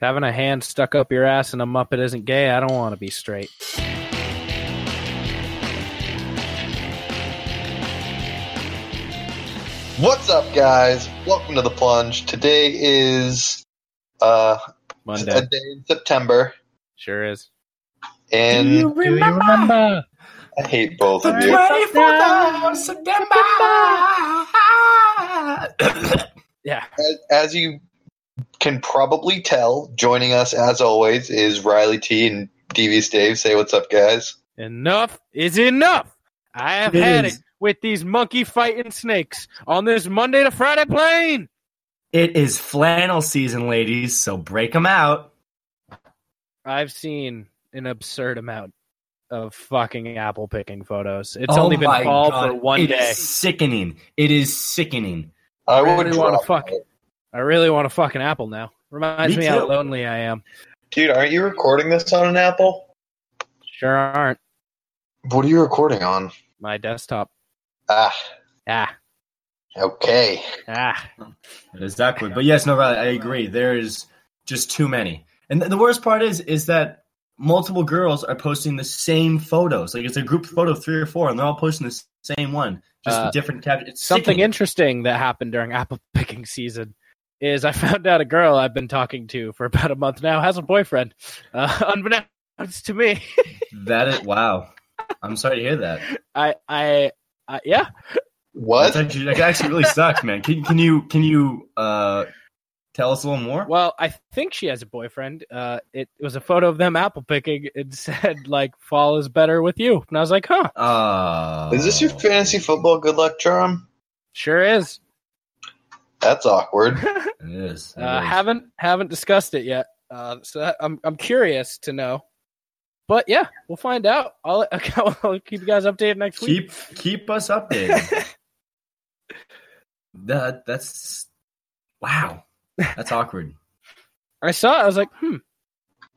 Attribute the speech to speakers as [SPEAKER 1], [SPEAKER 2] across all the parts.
[SPEAKER 1] Having a hand stuck up your ass and a Muppet isn't gay. I don't want to be straight.
[SPEAKER 2] What's up, guys? Welcome to the plunge. Today is uh,
[SPEAKER 1] Monday.
[SPEAKER 2] a day in September,
[SPEAKER 1] Sure is.
[SPEAKER 2] and
[SPEAKER 1] Do you remember?
[SPEAKER 2] I hate both of
[SPEAKER 1] That's
[SPEAKER 2] you.
[SPEAKER 1] right.
[SPEAKER 3] September.
[SPEAKER 1] Yeah.
[SPEAKER 2] As, as you can probably tell, joining us as always is Riley T and Devious Dave. Say what's up, guys.
[SPEAKER 1] Enough is enough. I have
[SPEAKER 3] It
[SPEAKER 1] had
[SPEAKER 3] is.
[SPEAKER 1] it with these monkey fighting snakes on this Monday to Friday plane.
[SPEAKER 3] it is flannel season, ladies, so break them out.
[SPEAKER 1] I've seen an absurd amount of fucking apple picking photos. It's
[SPEAKER 3] Oh
[SPEAKER 1] only been
[SPEAKER 3] my
[SPEAKER 1] fall
[SPEAKER 3] God,
[SPEAKER 1] for one
[SPEAKER 3] it
[SPEAKER 1] day.
[SPEAKER 3] is sickening. It is sickening.
[SPEAKER 2] I
[SPEAKER 1] Really
[SPEAKER 2] would
[SPEAKER 1] wanna
[SPEAKER 2] drop
[SPEAKER 1] fuck.
[SPEAKER 2] it.
[SPEAKER 1] I really want a fucking apple now. Reminds me,
[SPEAKER 3] Me
[SPEAKER 1] how
[SPEAKER 3] too.
[SPEAKER 1] lonely I am.
[SPEAKER 2] dude. Aren't you recording this on an Apple?
[SPEAKER 1] Sure aren't.
[SPEAKER 2] What are you recording on?
[SPEAKER 1] My desktop.
[SPEAKER 2] Ah,
[SPEAKER 1] Ah,
[SPEAKER 2] okay.
[SPEAKER 1] ah.
[SPEAKER 3] It is awkward. But yes, no, Riley, I agree. There is just too many. And th- the worst part is, is that multiple girls are posting the same photos. Like it's a group photo of three or four, and they're all posting the s- same one, just
[SPEAKER 1] Uh,
[SPEAKER 3] with different captions. It's
[SPEAKER 1] Something
[SPEAKER 3] sickening.
[SPEAKER 1] interesting that happened during apple picking season is I found out a girl I've been talking to for about a month now has a boyfriend, uh, unbeknownst to me.
[SPEAKER 3] That is wow. I'm sorry to hear that.
[SPEAKER 1] I, I, I yeah,
[SPEAKER 3] That's
[SPEAKER 2] What?
[SPEAKER 3] actually, that actually really sucks, man. Can can you can you uh tell us a little more?
[SPEAKER 1] Well, I think she has a boyfriend. Uh, it, it was a photo of them apple picking. It said like "Fall is better with you," and I was like, "Huh,
[SPEAKER 3] Oh,
[SPEAKER 2] Is this your
[SPEAKER 1] uh,
[SPEAKER 2] fantasy football good luck charm?
[SPEAKER 1] sure is."
[SPEAKER 2] That's awkward.
[SPEAKER 3] It is. It
[SPEAKER 1] Uh,
[SPEAKER 3] is.
[SPEAKER 1] haven't haven't discussed it yet, uh, so that, I'm I'm curious to know. But yeah, we'll find out. I'll, I'll keep you guys updated next week.
[SPEAKER 3] keep keep us updated. that that's wow. That's awkward.
[SPEAKER 1] I saw it. I was like, "Hmm,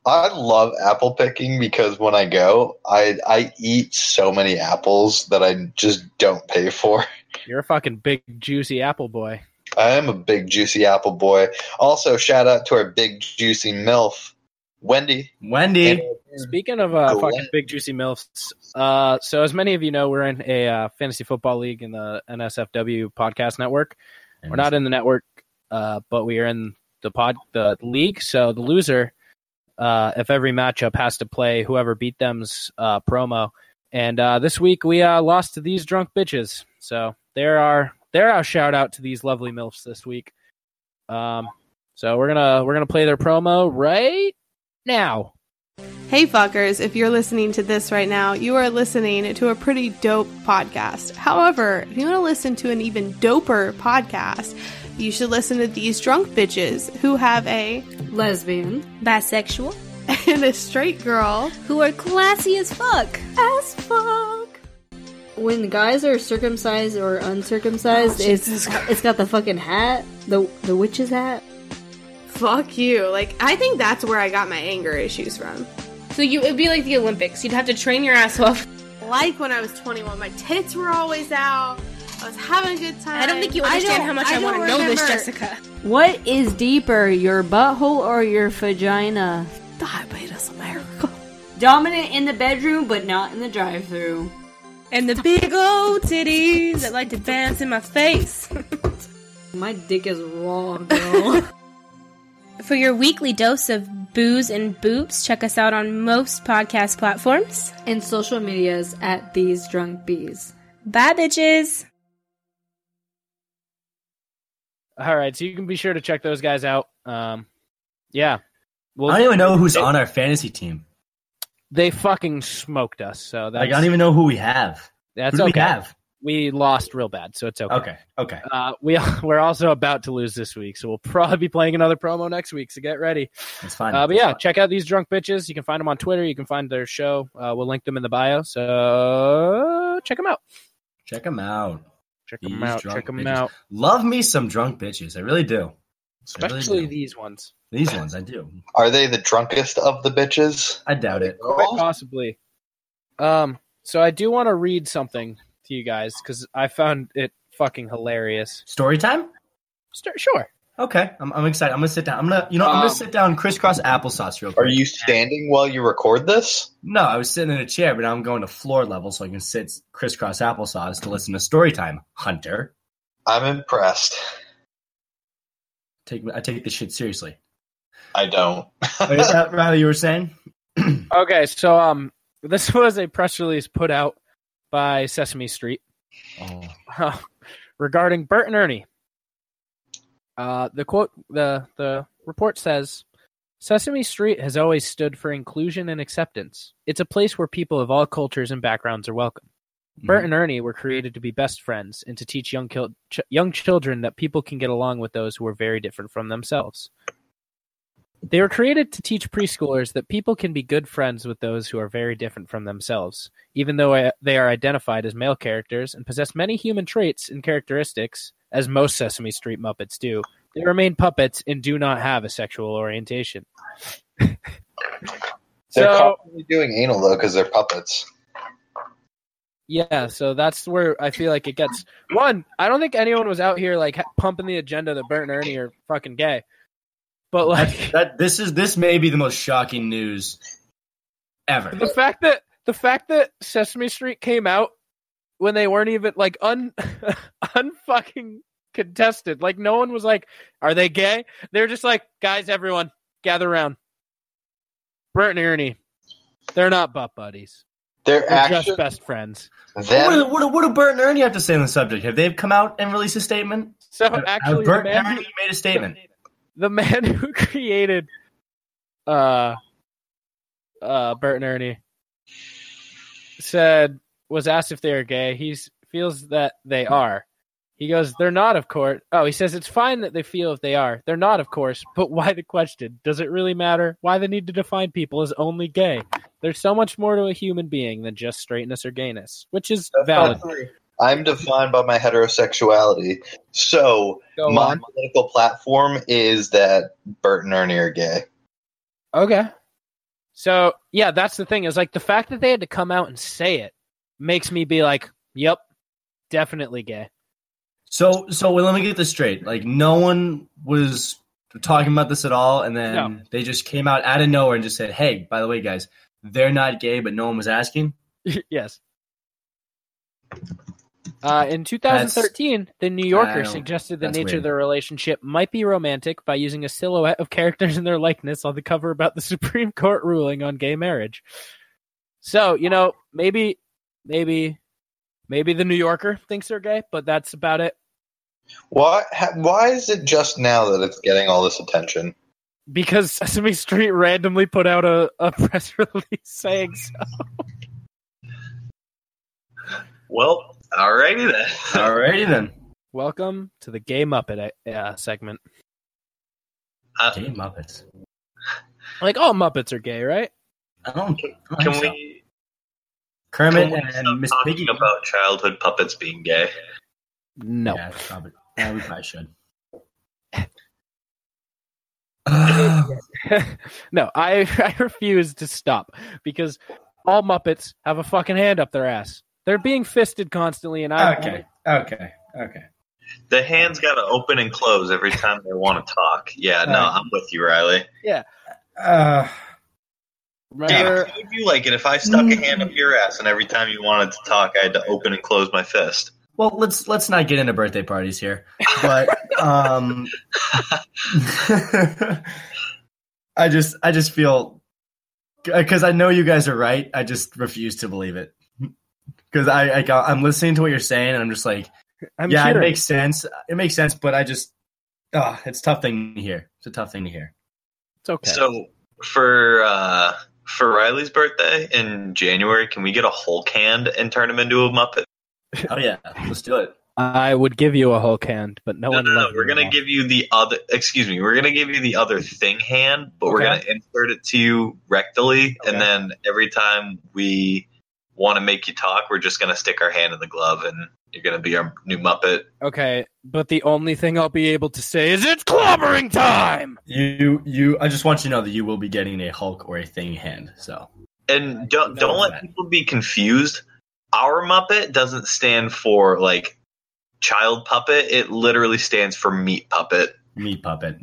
[SPEAKER 2] I love apple picking because when I go, I I eat so many apples that I just don't pay for.
[SPEAKER 1] you're a fucking big juicy apple boy."
[SPEAKER 2] I am a big juicy apple boy. Also, shout out to our big juicy milf, Wendy.
[SPEAKER 3] Wendy,
[SPEAKER 1] Speaking of uh,
[SPEAKER 2] Go
[SPEAKER 1] fucking
[SPEAKER 2] on.
[SPEAKER 1] big juicy milfs, uh, so as many of you know, we're in a uh, fantasy football league in the NSFW podcast network. We're not in the network, uh, but we are in the pod the league. So the loser, uh, if every matchup has to play whoever beat them's uh, promo. And uh, this week we uh, lost to these drunk bitches. So there are there our shout out to these lovely milfs this week. Um, so we're gonna we're gonna play their promo right now.
[SPEAKER 4] Hey fuckers, if you're listening to this right now, you are listening to a pretty dope podcast. However, if you want to listen to an even doper podcast, you should listen to these drunk bitches who have a
[SPEAKER 5] lesbian, bisexual,
[SPEAKER 4] and a straight girl.
[SPEAKER 5] who are classy as fuck. As fuck. When guys are circumcised or uncircumcised,
[SPEAKER 6] Oh,
[SPEAKER 5] it's it's got the fucking hat, the the witch's hat.
[SPEAKER 4] Fuck you. Like I think that's where I got my anger issues from.
[SPEAKER 6] So you it'd be like the Olympics. You'd have to train your ass off.
[SPEAKER 4] Like when I was 21, my tits were always out. I was having a good time.
[SPEAKER 6] I don't think you understand how much I,
[SPEAKER 4] don't
[SPEAKER 6] want to know this,
[SPEAKER 4] remember-
[SPEAKER 6] Jessica.
[SPEAKER 5] What is deeper, your butthole or your vagina?
[SPEAKER 4] God, but it doesn't matter. God.
[SPEAKER 5] Dominant in the bedroom, but not in the drive-through.
[SPEAKER 6] And the big old titties that like to dance in my face.
[SPEAKER 5] My dick is raw, girl.
[SPEAKER 6] For your weekly dose of booze and boops, check us out on most podcast platforms.
[SPEAKER 5] and social medias at these drunk bees.
[SPEAKER 6] Bye, bitches.
[SPEAKER 1] All right, so you can be sure to check those guys out. Um, yeah, well,
[SPEAKER 3] I don't even know who's on our fantasy team.
[SPEAKER 1] they fucking smoked us, so that's
[SPEAKER 3] Like I don't even know who we have.
[SPEAKER 1] that's
[SPEAKER 3] who do
[SPEAKER 1] okay.
[SPEAKER 3] we have?
[SPEAKER 1] We lost real bad, so it's okay.
[SPEAKER 3] Okay, okay.
[SPEAKER 1] Uh, we we're also about to lose this week, so we'll probably be playing another promo next week. So get ready.
[SPEAKER 3] That's fine.
[SPEAKER 1] Uh, but yeah, check out these drunk bitches. You can find them on Twitter. You can find their show. Uh, we'll link them in the bio. So check them out.
[SPEAKER 3] check them out.
[SPEAKER 1] Check them
[SPEAKER 3] These
[SPEAKER 1] out.
[SPEAKER 3] drunk
[SPEAKER 1] Check them
[SPEAKER 3] bitches.
[SPEAKER 1] out.
[SPEAKER 3] Love me some drunk bitches. I really do. I really
[SPEAKER 1] Especially
[SPEAKER 3] do.
[SPEAKER 1] these ones.
[SPEAKER 3] these ones. I do.
[SPEAKER 2] Are they the drunkest of the bitches?
[SPEAKER 3] I doubt it.
[SPEAKER 1] Quite possibly. Um, so I do want to read something to you guys because I found it fucking hilarious.
[SPEAKER 3] Story time.
[SPEAKER 1] St- sure.
[SPEAKER 3] Okay, I'm, I'm excited. I'm gonna sit down. I'm gonna, you know,
[SPEAKER 7] Um,
[SPEAKER 3] I'm gonna sit down crisscross applesauce real quick.
[SPEAKER 2] Are you standing while you record this?
[SPEAKER 3] No, I was sitting in a chair, but now I'm going to floor level so I can sit crisscross applesauce to listen to story time. Hunter,
[SPEAKER 2] I'm impressed.
[SPEAKER 3] take I take this shit seriously.
[SPEAKER 2] I don't.
[SPEAKER 3] Wait, is that Riley, you were saying? Oh.
[SPEAKER 1] Okay, so um, this was a press release put out by Sesame Street
[SPEAKER 3] Oh,
[SPEAKER 1] regarding Bert and Ernie. Uh, the quote the the report says, "Sesame Street has always stood for inclusion and acceptance. It's a place where people of all cultures and backgrounds are welcome." Bert and Ernie were created to be best friends and to teach young kil- ch- young children that people can get along with those who are very different from themselves. They were created to teach preschoolers that people can be good friends with those who are very different from themselves, even though uh, they are identified as male characters and possess many human traits and characteristics, as most Sesame Street Muppets do. They remain puppets and do not have a sexual orientation.
[SPEAKER 2] They're
[SPEAKER 1] so,
[SPEAKER 2] constantly doing anal though because they're puppets.
[SPEAKER 1] Yeah, so that's where I feel like it gets one. I don't think anyone was out here like ha- pumping the agenda that Bert and Ernie are fucking gay, but like
[SPEAKER 3] that this is this may be the most shocking news ever.
[SPEAKER 1] the fact that the fact that Sesame Street came out when they weren't even like un unfucking contested. Like no one was like, "Are they gay?" They're just like, "Guys, everyone, gather around." Bert and Ernie, they're not butt buddies.
[SPEAKER 2] They're,
[SPEAKER 1] They're
[SPEAKER 2] actually
[SPEAKER 1] just best friends.
[SPEAKER 3] Uh, What do,
[SPEAKER 2] them.
[SPEAKER 3] what, do, what do Bert and Ernie have to say on the subject? Have they come out and released a statement?
[SPEAKER 1] So
[SPEAKER 3] Have- have
[SPEAKER 1] actually,
[SPEAKER 3] uh, Bert
[SPEAKER 1] the man
[SPEAKER 3] and
[SPEAKER 1] who-
[SPEAKER 3] Ernie made a statement.
[SPEAKER 1] the man who created uh uh Bert and Ernie said was asked if they are gay. He feels that they are. He goes, they're not, of course. Oh, he says it's fine that they feel if they are. They're not, of course. But why the question? Does it really matter? Why the need to define people as only gay? There's so much more to a human being than just straightness or gayness, which is valid.
[SPEAKER 2] I'm defined by my heterosexuality. So
[SPEAKER 1] Go
[SPEAKER 2] my
[SPEAKER 1] on.
[SPEAKER 2] political platform is that Bert and Ernie are gay.
[SPEAKER 1] Okay. So yeah, that's the thing is like the fact that they had to come out and say it makes me be like, yep, definitely gay.
[SPEAKER 3] So, so well, let me get this straight. Like, no one was talking about this at all, and then
[SPEAKER 1] No.
[SPEAKER 3] they just came out out of nowhere and just said, "Hey, by the way, guys, they're not gay," but no one was asking.
[SPEAKER 1] yes. Uh, in 2013, the New
[SPEAKER 3] I
[SPEAKER 1] Yorker
[SPEAKER 3] don't-
[SPEAKER 1] suggested the
[SPEAKER 3] that's
[SPEAKER 1] nature
[SPEAKER 3] weird.
[SPEAKER 1] of their relationship might be romantic by using a silhouette of characters in their likeness on the cover about the Supreme Court ruling on gay marriage. So, you know, maybe, maybe, maybe the New Yorker thinks they're gay, but that's about it.
[SPEAKER 2] Why? ha- Why is it just now that it's getting all this attention?
[SPEAKER 1] because Sesame Street randomly put out a, a press release saying so.
[SPEAKER 2] Well, alrighty then.
[SPEAKER 3] Alrighty then.
[SPEAKER 1] Welcome to the Gay Muppet uh, segment.
[SPEAKER 3] Gay Muppets.
[SPEAKER 1] Like all Muppets are gay, right?
[SPEAKER 3] I don't. I don't
[SPEAKER 8] Can
[SPEAKER 3] think so.
[SPEAKER 8] we,
[SPEAKER 3] Kermit
[SPEAKER 8] can we
[SPEAKER 3] and Miss
[SPEAKER 8] stop
[SPEAKER 3] Piggy?
[SPEAKER 8] talking about childhood puppets being gay?
[SPEAKER 1] No.
[SPEAKER 3] Yeah, probably. Yeah, we probably should. Ah,
[SPEAKER 1] no, I I refuse to stop because all Muppets have a fucking hand up their ass. They're being fisted constantly, and I
[SPEAKER 3] okay, okay, okay.
[SPEAKER 8] The hand's got to open and close every time they want to talk. Yeah, no,
[SPEAKER 3] Alright.
[SPEAKER 8] I'm with you, Riley.
[SPEAKER 3] Uh,
[SPEAKER 8] David,
[SPEAKER 1] remember.
[SPEAKER 8] how would you like it if I stuck a hand up your ass and every time you wanted to talk, I had to open and close my fist?
[SPEAKER 3] well, let's let's not get into birthday parties here, but um, I just I just feel because I know you guys are right. I just refuse to believe it because I, I got, I'm listening to what you're saying, and I'm just like,
[SPEAKER 1] I'm
[SPEAKER 3] yeah, it
[SPEAKER 1] cheering.
[SPEAKER 3] makes sense. It makes sense, but I just, ah, it's a tough thing to hear. It's a tough thing to hear.
[SPEAKER 1] It's okay.
[SPEAKER 8] So for uh, for Riley's birthday in January, can we get a Hulk hand and turn him into a Muppet?
[SPEAKER 3] Oh yeah, let's do it.
[SPEAKER 1] I would give you a Hulk hand, but no,
[SPEAKER 8] No,
[SPEAKER 1] one.
[SPEAKER 8] no, no.
[SPEAKER 1] loves
[SPEAKER 8] We're
[SPEAKER 1] you
[SPEAKER 8] gonna
[SPEAKER 1] more.
[SPEAKER 8] give you the other. Excuse me. We're gonna give you the other thing hand, but we're
[SPEAKER 1] Okay.
[SPEAKER 8] gonna insert it to you rectally,
[SPEAKER 3] Okay.
[SPEAKER 8] and then every time we want to make you talk, we're just gonna stick our hand in the glove, and you're gonna be our new Muppet.
[SPEAKER 1] Okay, but the only thing I'll be able to say is it's clobbering time.
[SPEAKER 3] You, you. I just want you to know that you will be getting a Hulk or a thing hand. So
[SPEAKER 8] And don't
[SPEAKER 3] No,
[SPEAKER 8] don't let
[SPEAKER 3] Matt.
[SPEAKER 8] people be confused. Our Muppet doesn't stand for like child puppet. It literally stands for meat puppet.
[SPEAKER 3] meat puppet.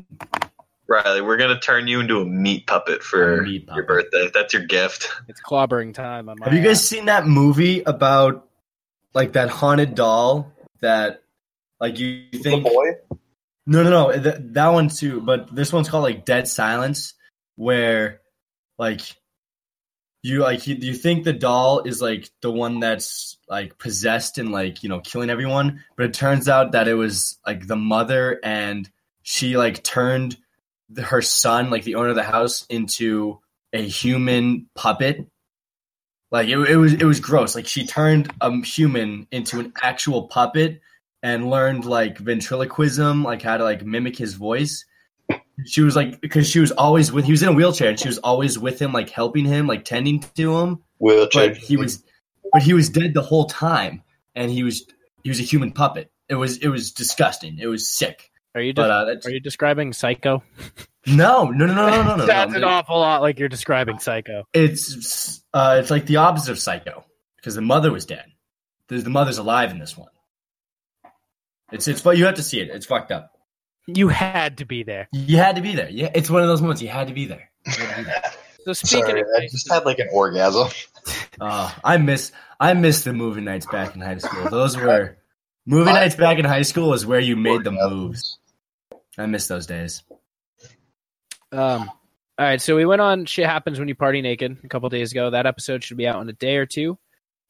[SPEAKER 8] Riley, we're gonna turn you into a meat puppet for
[SPEAKER 3] A meat
[SPEAKER 8] your
[SPEAKER 3] puppet.
[SPEAKER 8] birthday. That's your gift.
[SPEAKER 1] It's clobbering time. On my
[SPEAKER 3] Have you guys
[SPEAKER 1] ass.
[SPEAKER 3] seen that movie about like that haunted doll that like you
[SPEAKER 2] The
[SPEAKER 3] think
[SPEAKER 2] boy?
[SPEAKER 3] No, no, no. Th- that one too, but this one's called like Dead Silence, where like you like you, you think the doll is like the one that's like possessed and like you know killing everyone, but it turns out that it was like the mother and she like turned the, her son, like the owner of the house, into a human puppet. Like it, it was, it was gross. Like she turned a human into an actual puppet and learned like ventriloquism, like how to like mimic his voice. She was like because she was always with he was in a wheelchair and she was always with him, like helping him, like tending to him.
[SPEAKER 2] Wheelchair.
[SPEAKER 3] But he was but he was dead the whole time and he was he was a human puppet. It was it was disgusting. It was sick.
[SPEAKER 1] Are you
[SPEAKER 3] But
[SPEAKER 1] de-
[SPEAKER 3] uh, that's,
[SPEAKER 1] are you describing Psycho?
[SPEAKER 3] no, no, no, no, no, no, no.
[SPEAKER 1] Sounds
[SPEAKER 3] no.
[SPEAKER 1] an awful lot like you're describing Psycho.
[SPEAKER 3] It's uh, it's like the opposite of Psycho because the mother was dead. The, the mother's alive in this one. It's it's but you have to see it. It's fucked up.
[SPEAKER 1] You had to be there.
[SPEAKER 3] You had to be there. Yeah, it's one of those moments. You had to be there. You had to be there.
[SPEAKER 1] So speaking
[SPEAKER 2] Sorry,
[SPEAKER 1] of
[SPEAKER 2] I just had like an orgasm.
[SPEAKER 3] Uh, I miss I miss the movie nights back in high school. Those were movie nights back in high school is where you made the moves. I miss those days.
[SPEAKER 1] Um, all right, so we went on "Shit Happens When You Party Naked" a couple days ago. That episode should be out in a day or two.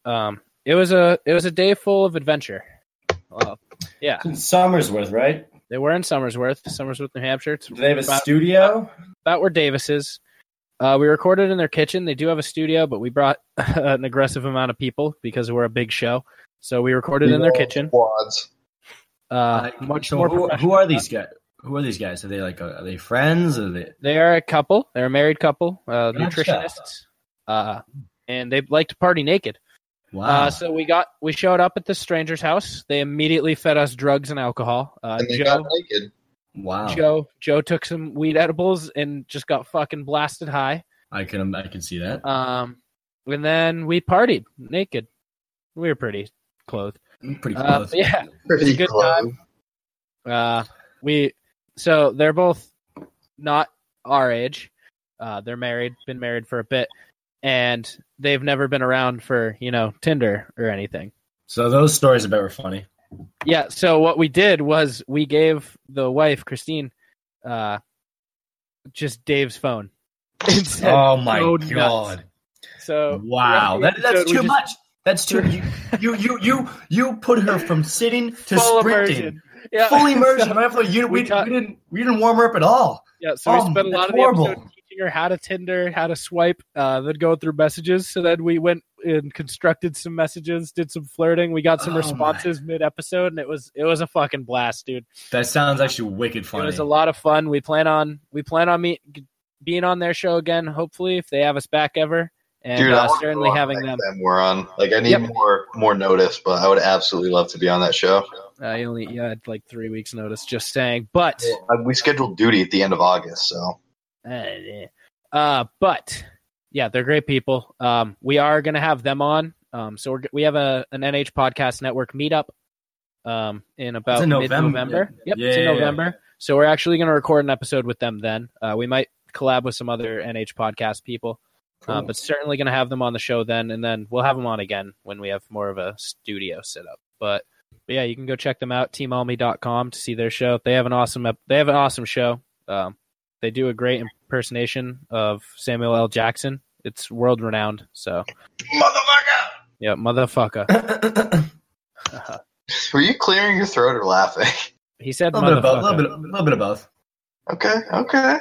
[SPEAKER 1] Um, it was a it was a day full of adventure. Uh,
[SPEAKER 3] Somersworth, right?
[SPEAKER 1] they were in Somersworth, Somersworth, New Hampshire. It's
[SPEAKER 3] Do they have a
[SPEAKER 1] about,
[SPEAKER 3] studio?
[SPEAKER 1] about where Davis is. Uh, we recorded in their kitchen. They do have a studio, but we brought an aggressive amount of people because we're a big show. So we recorded in their kitchen.
[SPEAKER 2] Quads.
[SPEAKER 1] Uh,
[SPEAKER 3] Like,
[SPEAKER 1] much
[SPEAKER 3] so
[SPEAKER 1] more.
[SPEAKER 3] who,
[SPEAKER 1] professional.
[SPEAKER 3] who are these guys? Who are these guys? Are they like are they friends? Are they
[SPEAKER 1] They are a couple. They're a married couple, uh,
[SPEAKER 3] Gotcha.
[SPEAKER 1] nutritionists, uh, and they like to party naked.
[SPEAKER 3] wow?
[SPEAKER 1] Uh, so we got we showed up at the stranger's house. They immediately fed us drugs and alcohol. Uh,
[SPEAKER 2] And they got
[SPEAKER 1] Joe
[SPEAKER 2] naked.
[SPEAKER 3] wow!
[SPEAKER 1] Joe Joe took some weed edibles and just got fucking blasted high.
[SPEAKER 3] I can I can see that.
[SPEAKER 1] Um, and then we partied naked. We were pretty clothed.
[SPEAKER 3] I'm pretty
[SPEAKER 1] uh,
[SPEAKER 3] close.
[SPEAKER 1] yeah.
[SPEAKER 2] Pretty
[SPEAKER 1] good
[SPEAKER 2] close.
[SPEAKER 1] time. Uh, we so they're both not our age. Uh, they're married, been married for a bit, and they've never been around for you know Tinder or anything.
[SPEAKER 3] So those stories I bet were funny.
[SPEAKER 1] Yeah. So what we did was we gave the wife Christine, uh, just Dave's phone. Instead.
[SPEAKER 3] Oh my
[SPEAKER 1] so nuts.
[SPEAKER 3] god!
[SPEAKER 1] so
[SPEAKER 3] Wow,
[SPEAKER 1] throughout
[SPEAKER 3] that,
[SPEAKER 1] the
[SPEAKER 3] that's
[SPEAKER 1] episode, we
[SPEAKER 3] too
[SPEAKER 1] just-
[SPEAKER 3] much. That's too you, you you you you put her from sitting to
[SPEAKER 1] Full
[SPEAKER 3] sprinting,
[SPEAKER 1] immersion. Yeah.
[SPEAKER 3] fully immersion.
[SPEAKER 1] So,
[SPEAKER 3] right? Fully- you,
[SPEAKER 1] we
[SPEAKER 3] we,
[SPEAKER 1] ta-
[SPEAKER 3] we didn't we didn't warm her up at all.
[SPEAKER 1] yeah. So we
[SPEAKER 3] Oh,
[SPEAKER 1] spent a lot
[SPEAKER 3] that's
[SPEAKER 1] of the episode
[SPEAKER 3] horrible.
[SPEAKER 1] teaching her how to Tinder, how to swipe, uh, then go through messages. So then we went and constructed some messages, did some flirting. We got some
[SPEAKER 3] Oh, my.
[SPEAKER 1] responses mid episode, and it was it was a fucking blast, dude.
[SPEAKER 3] That sounds actually wicked funny.
[SPEAKER 1] It was a lot of fun. We plan on we plan on meet, being on their show again, hopefully if they have us back ever, and
[SPEAKER 2] Dude, I
[SPEAKER 1] uh,
[SPEAKER 2] wanna
[SPEAKER 1] certainly
[SPEAKER 2] go on
[SPEAKER 1] having
[SPEAKER 2] next
[SPEAKER 1] them.
[SPEAKER 2] time We're on. Like, I need
[SPEAKER 1] Yep.
[SPEAKER 2] more more notice, but I would absolutely love to be on that show.
[SPEAKER 1] I only yeah, I had like three weeks notice. Just saying, but
[SPEAKER 2] Uh, We scheduled duty at the end of August, so
[SPEAKER 1] uh, eh. uh, but yeah, they're great people. Um, we are gonna have them on. Um, so we're, g- we have a an NH podcast network meetup. Um, in about
[SPEAKER 3] It's in
[SPEAKER 1] mid
[SPEAKER 3] November.
[SPEAKER 1] November. Yep, it's in
[SPEAKER 3] Yeah.
[SPEAKER 1] November. So we're actually gonna record an episode with them then. Uh, we might collab with some other NH podcast people. Uh, but certainly going to have them on the show then, and then we'll have them on again when we have more of a studio set up. But, but yeah, you can go check them out, teamalmy.com to see their show. They have an awesome ep- they have an awesome show. Um, they do a great impersonation of Samuel L. Jackson. It's world renowned. So
[SPEAKER 2] motherfucker.
[SPEAKER 1] yeah, motherfucker.
[SPEAKER 2] Were you clearing your throat or laughing?
[SPEAKER 1] He said
[SPEAKER 3] little bit of both. little
[SPEAKER 1] motherfucker.
[SPEAKER 3] bit, of- little bit of both.
[SPEAKER 2] Okay, okay.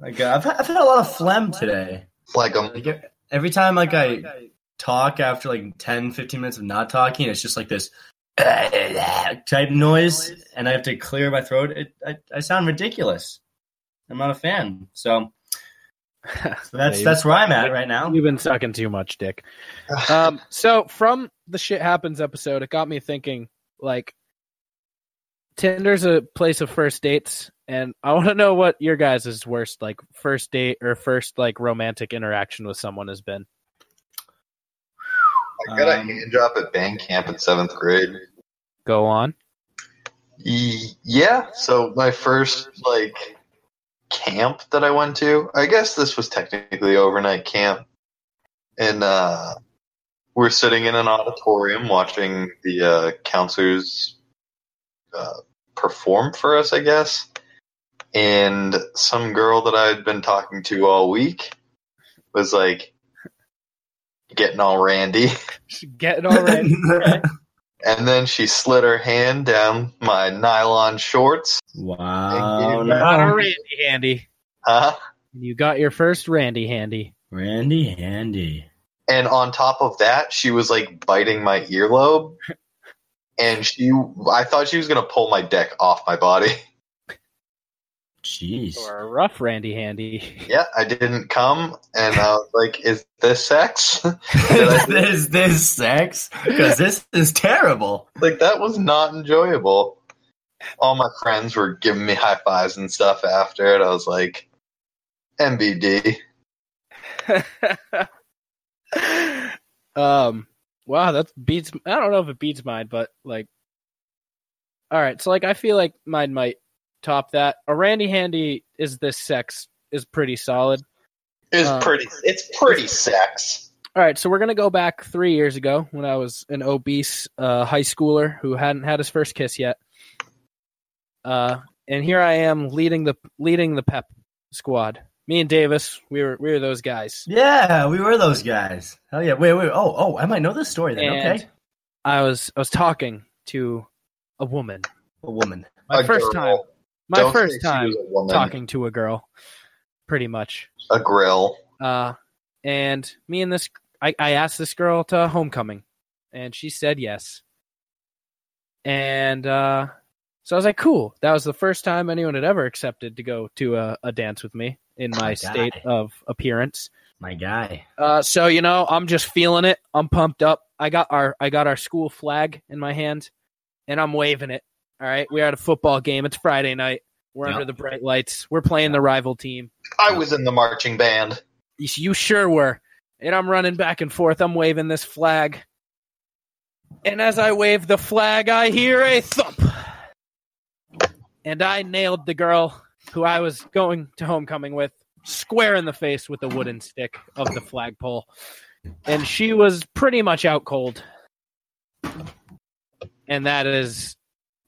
[SPEAKER 3] Like uh, I've had, I've had a lot of phlegm today.
[SPEAKER 2] Like um,
[SPEAKER 3] Like e- every time, like I talk after like 10, 15 minutes of not talking, it's just like this type noise, and I have to clear my throat. It, I, I sound ridiculous. I'm not a fan. So, so that's
[SPEAKER 1] Yeah,
[SPEAKER 3] that's where I'm at right now.
[SPEAKER 1] You've been sucking too much, Dick. um, so from the shit happens episode, it got me thinking. Like, Tinder's a place of first dates, and I want to know what your guys' worst like first date or first like romantic interaction with someone has been.
[SPEAKER 2] I got a
[SPEAKER 3] Um,
[SPEAKER 2] hand job at band camp in seventh grade.
[SPEAKER 1] Go on.
[SPEAKER 2] Y- yeah. So my first like camp that I went to, I guess this was technically overnight camp, and uh, we're sitting in an auditorium watching the uh, counselors uh, perform for us, I guess. And some girl that I had been talking to all week was like getting all randy.
[SPEAKER 1] Getting already.
[SPEAKER 2] And then she slid her hand down my nylon shorts.
[SPEAKER 3] wow.
[SPEAKER 2] Thank you.
[SPEAKER 1] Got a
[SPEAKER 3] no.
[SPEAKER 1] Randy handy.
[SPEAKER 2] Huh?
[SPEAKER 1] You got your first Randy handy.
[SPEAKER 3] Randy Handy.
[SPEAKER 2] And on top of that, she was like biting my earlobe. And she, I thought she was going to pull my dick off my body.
[SPEAKER 3] Jeez.
[SPEAKER 1] Or a rough Randy handy.
[SPEAKER 2] Yeah, I didn't come. And I was like, is this sex?
[SPEAKER 3] is this sex? Because this is terrible.
[SPEAKER 2] like, that was not enjoyable. All my friends were giving me high fives and stuff after it. I was like, MBD.
[SPEAKER 1] um wow that beats i don't know if it beats mine but like all right so like i feel like mine might top that a randy handy is this sex is pretty solid
[SPEAKER 2] It was
[SPEAKER 1] Uh,
[SPEAKER 2] pretty, it's pretty sex.
[SPEAKER 1] all right so we're gonna go back three years ago when i was an obese uh, high schooler who hadn't had his first kiss yet uh and here i am leading the leading the pep squad me and davis we were we were those guys
[SPEAKER 3] Yeah, we were those guys. Hell yeah. Wait, wait. Oh, oh, I might know this story then.
[SPEAKER 1] And-
[SPEAKER 3] okay.
[SPEAKER 1] i was i was talking to a woman
[SPEAKER 3] A woman.
[SPEAKER 1] my
[SPEAKER 2] A
[SPEAKER 1] first
[SPEAKER 2] girl.
[SPEAKER 1] time my
[SPEAKER 2] Don't
[SPEAKER 1] first
[SPEAKER 2] say she
[SPEAKER 1] time
[SPEAKER 2] was a woman.
[SPEAKER 1] talking to a girl pretty much
[SPEAKER 2] a grill.
[SPEAKER 1] uh and me and this I, I asked this girl to homecoming and she said yes and uh so i was like cool that was the first time anyone had ever accepted to go to a, a dance with me in my
[SPEAKER 3] My
[SPEAKER 1] state
[SPEAKER 3] guy.
[SPEAKER 1] of appearance
[SPEAKER 3] My guy.
[SPEAKER 1] uh so you know i'm just feeling it i'm pumped up i got our i got our school flag in my hand and i'm waving it all right we're at a football game it's friday night we're
[SPEAKER 3] Yeah.
[SPEAKER 1] under the bright lights we're playing the rival team
[SPEAKER 2] I was in the marching band.
[SPEAKER 1] You sure were. And I'm running back and forth. I'm waving this flag. And as I wave the flag, I hear a thump. And I nailed the girl who I was going to homecoming with square in the face with the wooden stick of the flagpole. And she was pretty much out cold. And that is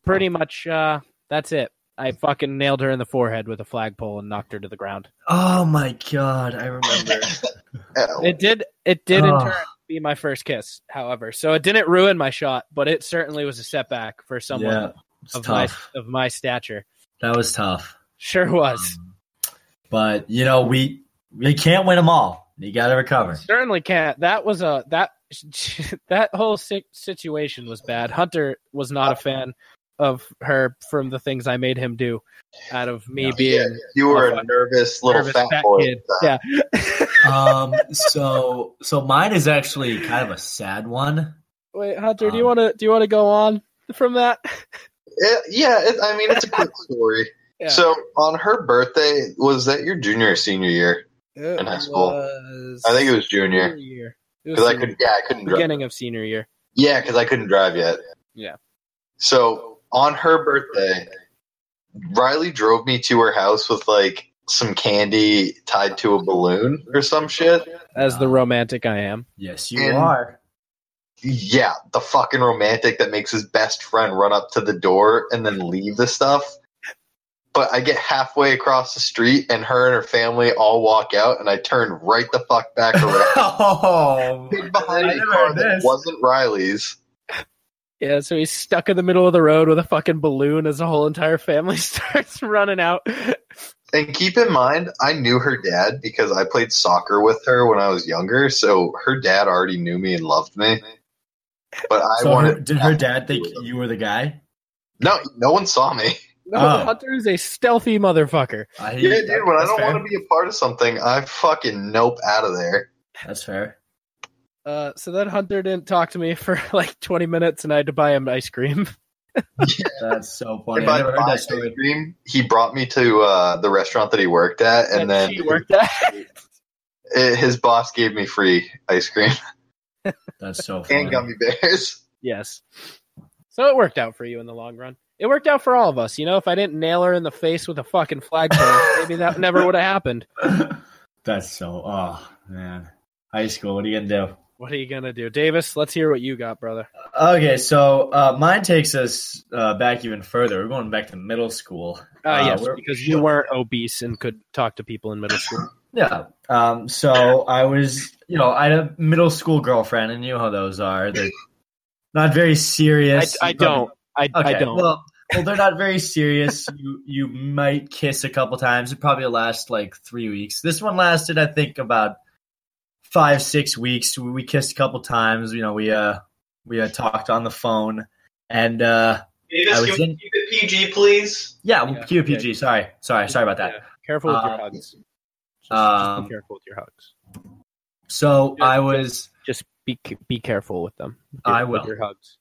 [SPEAKER 1] pretty much uh that's it. I fucking nailed her in the forehead with a flagpole and knocked her to the ground.
[SPEAKER 3] Oh my god, I remember.
[SPEAKER 2] Oh,
[SPEAKER 1] It did. It did in
[SPEAKER 3] Ugh.
[SPEAKER 1] turn be my first kiss, however. So it didn't ruin my shot, but it certainly was a setback for someone
[SPEAKER 3] yeah, it's
[SPEAKER 1] of my
[SPEAKER 3] tough.
[SPEAKER 1] of my stature.
[SPEAKER 3] That was tough.
[SPEAKER 1] Sure was.
[SPEAKER 3] But you know, we we can't win them all. You got to recover.
[SPEAKER 1] certainly can't. That was a that that whole si- situation was bad. Hunter was not
[SPEAKER 2] Uh,
[SPEAKER 1] a fan of her from the things I made him do out of me
[SPEAKER 2] yeah,
[SPEAKER 1] being
[SPEAKER 2] you were
[SPEAKER 1] a
[SPEAKER 2] a nervous little
[SPEAKER 1] nervous
[SPEAKER 2] fat,
[SPEAKER 1] fat
[SPEAKER 2] boy.
[SPEAKER 1] kid. Yeah.
[SPEAKER 3] Um, so so mine is actually kind of a sad one.
[SPEAKER 1] Wait, Hunter, do you
[SPEAKER 3] Um,
[SPEAKER 1] want to do you want to go on from that?
[SPEAKER 2] It- yeah, it, I mean, it's a quick story.
[SPEAKER 1] Yeah.
[SPEAKER 2] So, on her birthday, was that your junior or senior year?
[SPEAKER 1] It
[SPEAKER 2] in high school.
[SPEAKER 1] was
[SPEAKER 2] I think it was junior.
[SPEAKER 1] year. It was
[SPEAKER 2] Because I
[SPEAKER 1] senior-
[SPEAKER 2] could, yeah, I couldn't drive.
[SPEAKER 1] beginning of senior year.
[SPEAKER 2] Yeah, because I couldn't drive yet.
[SPEAKER 1] Yeah.
[SPEAKER 2] So on her birthday, Riley drove me to her house with like some candy tied to a balloon or some shit.
[SPEAKER 1] as the romantic I am.
[SPEAKER 3] Yes, you
[SPEAKER 2] And-
[SPEAKER 3] are.
[SPEAKER 2] yeah, the fucking romantic that makes his best friend run up to the door and then leave the stuff. But I get halfway across the street and her and her family all walk out and I turn right the fuck back around.
[SPEAKER 3] oh,
[SPEAKER 2] Hid behind
[SPEAKER 3] I
[SPEAKER 2] a
[SPEAKER 3] never
[SPEAKER 2] car
[SPEAKER 3] heard
[SPEAKER 2] that
[SPEAKER 3] this.
[SPEAKER 2] wasn't Riley's.
[SPEAKER 1] Yeah, so he's stuck in the middle of the road with a fucking balloon as the whole entire family starts running out.
[SPEAKER 2] And keep in mind, I knew her dad because I played soccer with her when I was younger, so her dad already knew me and loved me. But I
[SPEAKER 3] so her,
[SPEAKER 2] wanted
[SPEAKER 3] did her dad think you were the guy?
[SPEAKER 2] No, no one saw me.
[SPEAKER 1] No,
[SPEAKER 3] Oh.
[SPEAKER 1] Hunter is a stealthy motherfucker.
[SPEAKER 3] I,
[SPEAKER 2] Yeah, dude, when I
[SPEAKER 3] that's
[SPEAKER 2] don't
[SPEAKER 3] fair.
[SPEAKER 2] want to be a part of something, I fucking nope out of there.
[SPEAKER 3] That's fair.
[SPEAKER 1] Uh, so then Hunter didn't talk to me for like 20 minutes and I had to buy him ice cream.
[SPEAKER 3] That's so funny.
[SPEAKER 2] If
[SPEAKER 3] I
[SPEAKER 2] I
[SPEAKER 3] never heard
[SPEAKER 2] buy
[SPEAKER 3] that
[SPEAKER 2] ice
[SPEAKER 3] story.
[SPEAKER 2] cream, he brought me to uh, the restaurant that he worked at, and then
[SPEAKER 1] she worked at.
[SPEAKER 2] i- his boss gave me free ice cream
[SPEAKER 3] That's so
[SPEAKER 2] and
[SPEAKER 3] funny.
[SPEAKER 2] gummy bears.
[SPEAKER 1] yes. So it worked out for you in the long run. it worked out for all of us. You know, if I didn't nail her in the face with a fucking flagpole, maybe that never would have happened.
[SPEAKER 3] That's so. Oh man, high school. What are you gonna do?
[SPEAKER 1] What are you gonna do, Davis? Let's hear what you got, brother.
[SPEAKER 3] Okay, so uh, mine takes us uh, back even further. We're going back to middle school.
[SPEAKER 1] Uh, yes,
[SPEAKER 3] we're-
[SPEAKER 1] because you weren't obese and could talk to people in middle school.
[SPEAKER 3] Yeah. Um, so I was, you know, I had a middle school girlfriend, and you know how those are. They're not very
[SPEAKER 1] I,
[SPEAKER 3] serious.
[SPEAKER 1] I don't. I,
[SPEAKER 3] Okay.
[SPEAKER 1] I don't.
[SPEAKER 3] Well, well, they're not very serious. you you might kiss a couple times. It probably lasts like three weeks. This one lasted, I think, about five six weeks. We kissed a couple times. You know, we uh we uh, talked on the phone, and uh I
[SPEAKER 8] Davis,
[SPEAKER 3] was
[SPEAKER 8] can we
[SPEAKER 3] in-
[SPEAKER 8] keep it PG, please?
[SPEAKER 3] yeah,
[SPEAKER 1] Yeah,
[SPEAKER 3] QPG. Sorry, sorry, sorry about that.
[SPEAKER 1] Yeah. Careful with your
[SPEAKER 3] Uh,
[SPEAKER 1] hugs. Just, just
[SPEAKER 3] um,
[SPEAKER 1] be careful with your hugs.
[SPEAKER 3] So
[SPEAKER 1] Yeah.
[SPEAKER 3] I was.
[SPEAKER 1] Just be be careful with them.
[SPEAKER 3] I
[SPEAKER 1] With
[SPEAKER 3] will.
[SPEAKER 1] your hugs.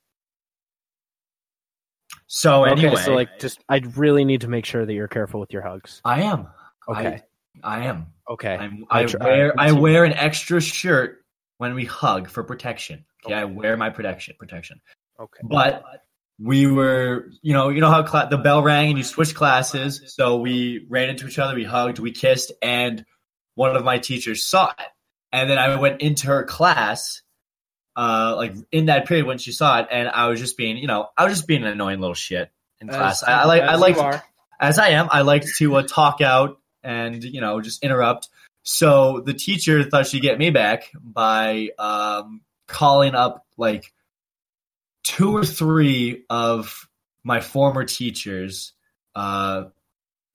[SPEAKER 3] So Oh, anyway,
[SPEAKER 1] okay, so like, just I really need to make sure that you're careful with your hugs.
[SPEAKER 3] I am.
[SPEAKER 1] Okay.
[SPEAKER 3] I, I am.
[SPEAKER 1] okay.
[SPEAKER 3] I'm,
[SPEAKER 1] I
[SPEAKER 3] I,
[SPEAKER 1] tr-
[SPEAKER 3] wear
[SPEAKER 1] I-
[SPEAKER 3] I wear an extra shirt when we hug for protection. Okay, I wear my protection protection.
[SPEAKER 1] okay.
[SPEAKER 3] But we were, you know, you know how cla- the bell rang and you switched classes. So we ran into each other, we hugged, we kissed, and one of my teachers saw it. And then I went into her class, uh, like in that period when she saw it, and I was just being, you know, I was just being an annoying little shit in class. I, I like I
[SPEAKER 1] as
[SPEAKER 3] like
[SPEAKER 1] you are.
[SPEAKER 3] as I am, I like to uh, talk out and you know just interrupt. So the teacher thought she'd get me back by um, calling up like two or three of my former teachers, uh,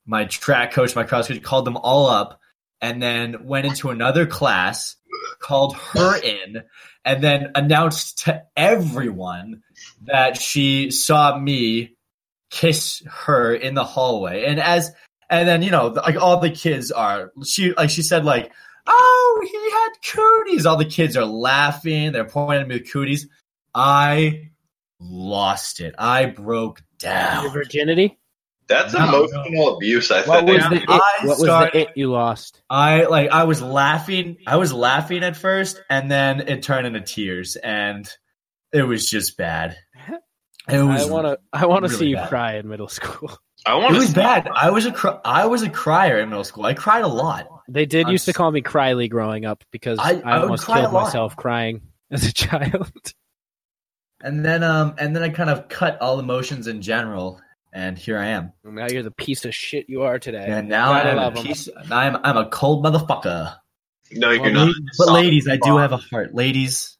[SPEAKER 3] my track coach, my cross coach, called them all up, and then went into another class, called her in, and then announced to everyone that she saw me kiss her in the hallway and as and then you know like all the kids are she like she said like oh he had cooties all the kids are laughing they're pointing at me with cooties i lost it i broke
[SPEAKER 1] Your
[SPEAKER 3] down
[SPEAKER 1] virginity.
[SPEAKER 8] That's
[SPEAKER 3] No.
[SPEAKER 8] emotional abuse, I
[SPEAKER 1] What
[SPEAKER 8] think.
[SPEAKER 1] was the it?
[SPEAKER 3] I
[SPEAKER 1] What was the
[SPEAKER 3] started-
[SPEAKER 1] it you lost?
[SPEAKER 3] i like i was laughing i was laughing at first and then it turned into tears and it was just bad it was
[SPEAKER 1] I want to. I want to
[SPEAKER 3] really
[SPEAKER 1] see you
[SPEAKER 3] bad.
[SPEAKER 1] cry in middle school.
[SPEAKER 8] I
[SPEAKER 3] it
[SPEAKER 8] want
[SPEAKER 3] was
[SPEAKER 8] to.
[SPEAKER 3] bad i was a cr- i was a crier in middle school i cried a lot
[SPEAKER 1] They did
[SPEAKER 3] I'm
[SPEAKER 1] used to
[SPEAKER 3] s-
[SPEAKER 1] call me Cryly growing up because I,
[SPEAKER 3] I- I would
[SPEAKER 1] almost
[SPEAKER 3] cry a
[SPEAKER 1] killed
[SPEAKER 3] lot.
[SPEAKER 1] myself crying as a child.
[SPEAKER 3] And then um and then I kind of cut all emotions in general and here I am.
[SPEAKER 1] And now you're the piece of shit you are today.
[SPEAKER 3] And now
[SPEAKER 1] Gotta
[SPEAKER 3] I'm
[SPEAKER 1] love
[SPEAKER 3] a
[SPEAKER 1] 'em.
[SPEAKER 3] piece I'm I'm a cold motherfucker.
[SPEAKER 8] No, you're
[SPEAKER 1] Well,
[SPEAKER 8] not.
[SPEAKER 3] But
[SPEAKER 8] Soft
[SPEAKER 3] ladies, I do
[SPEAKER 8] bomb.
[SPEAKER 3] have a heart. Ladies,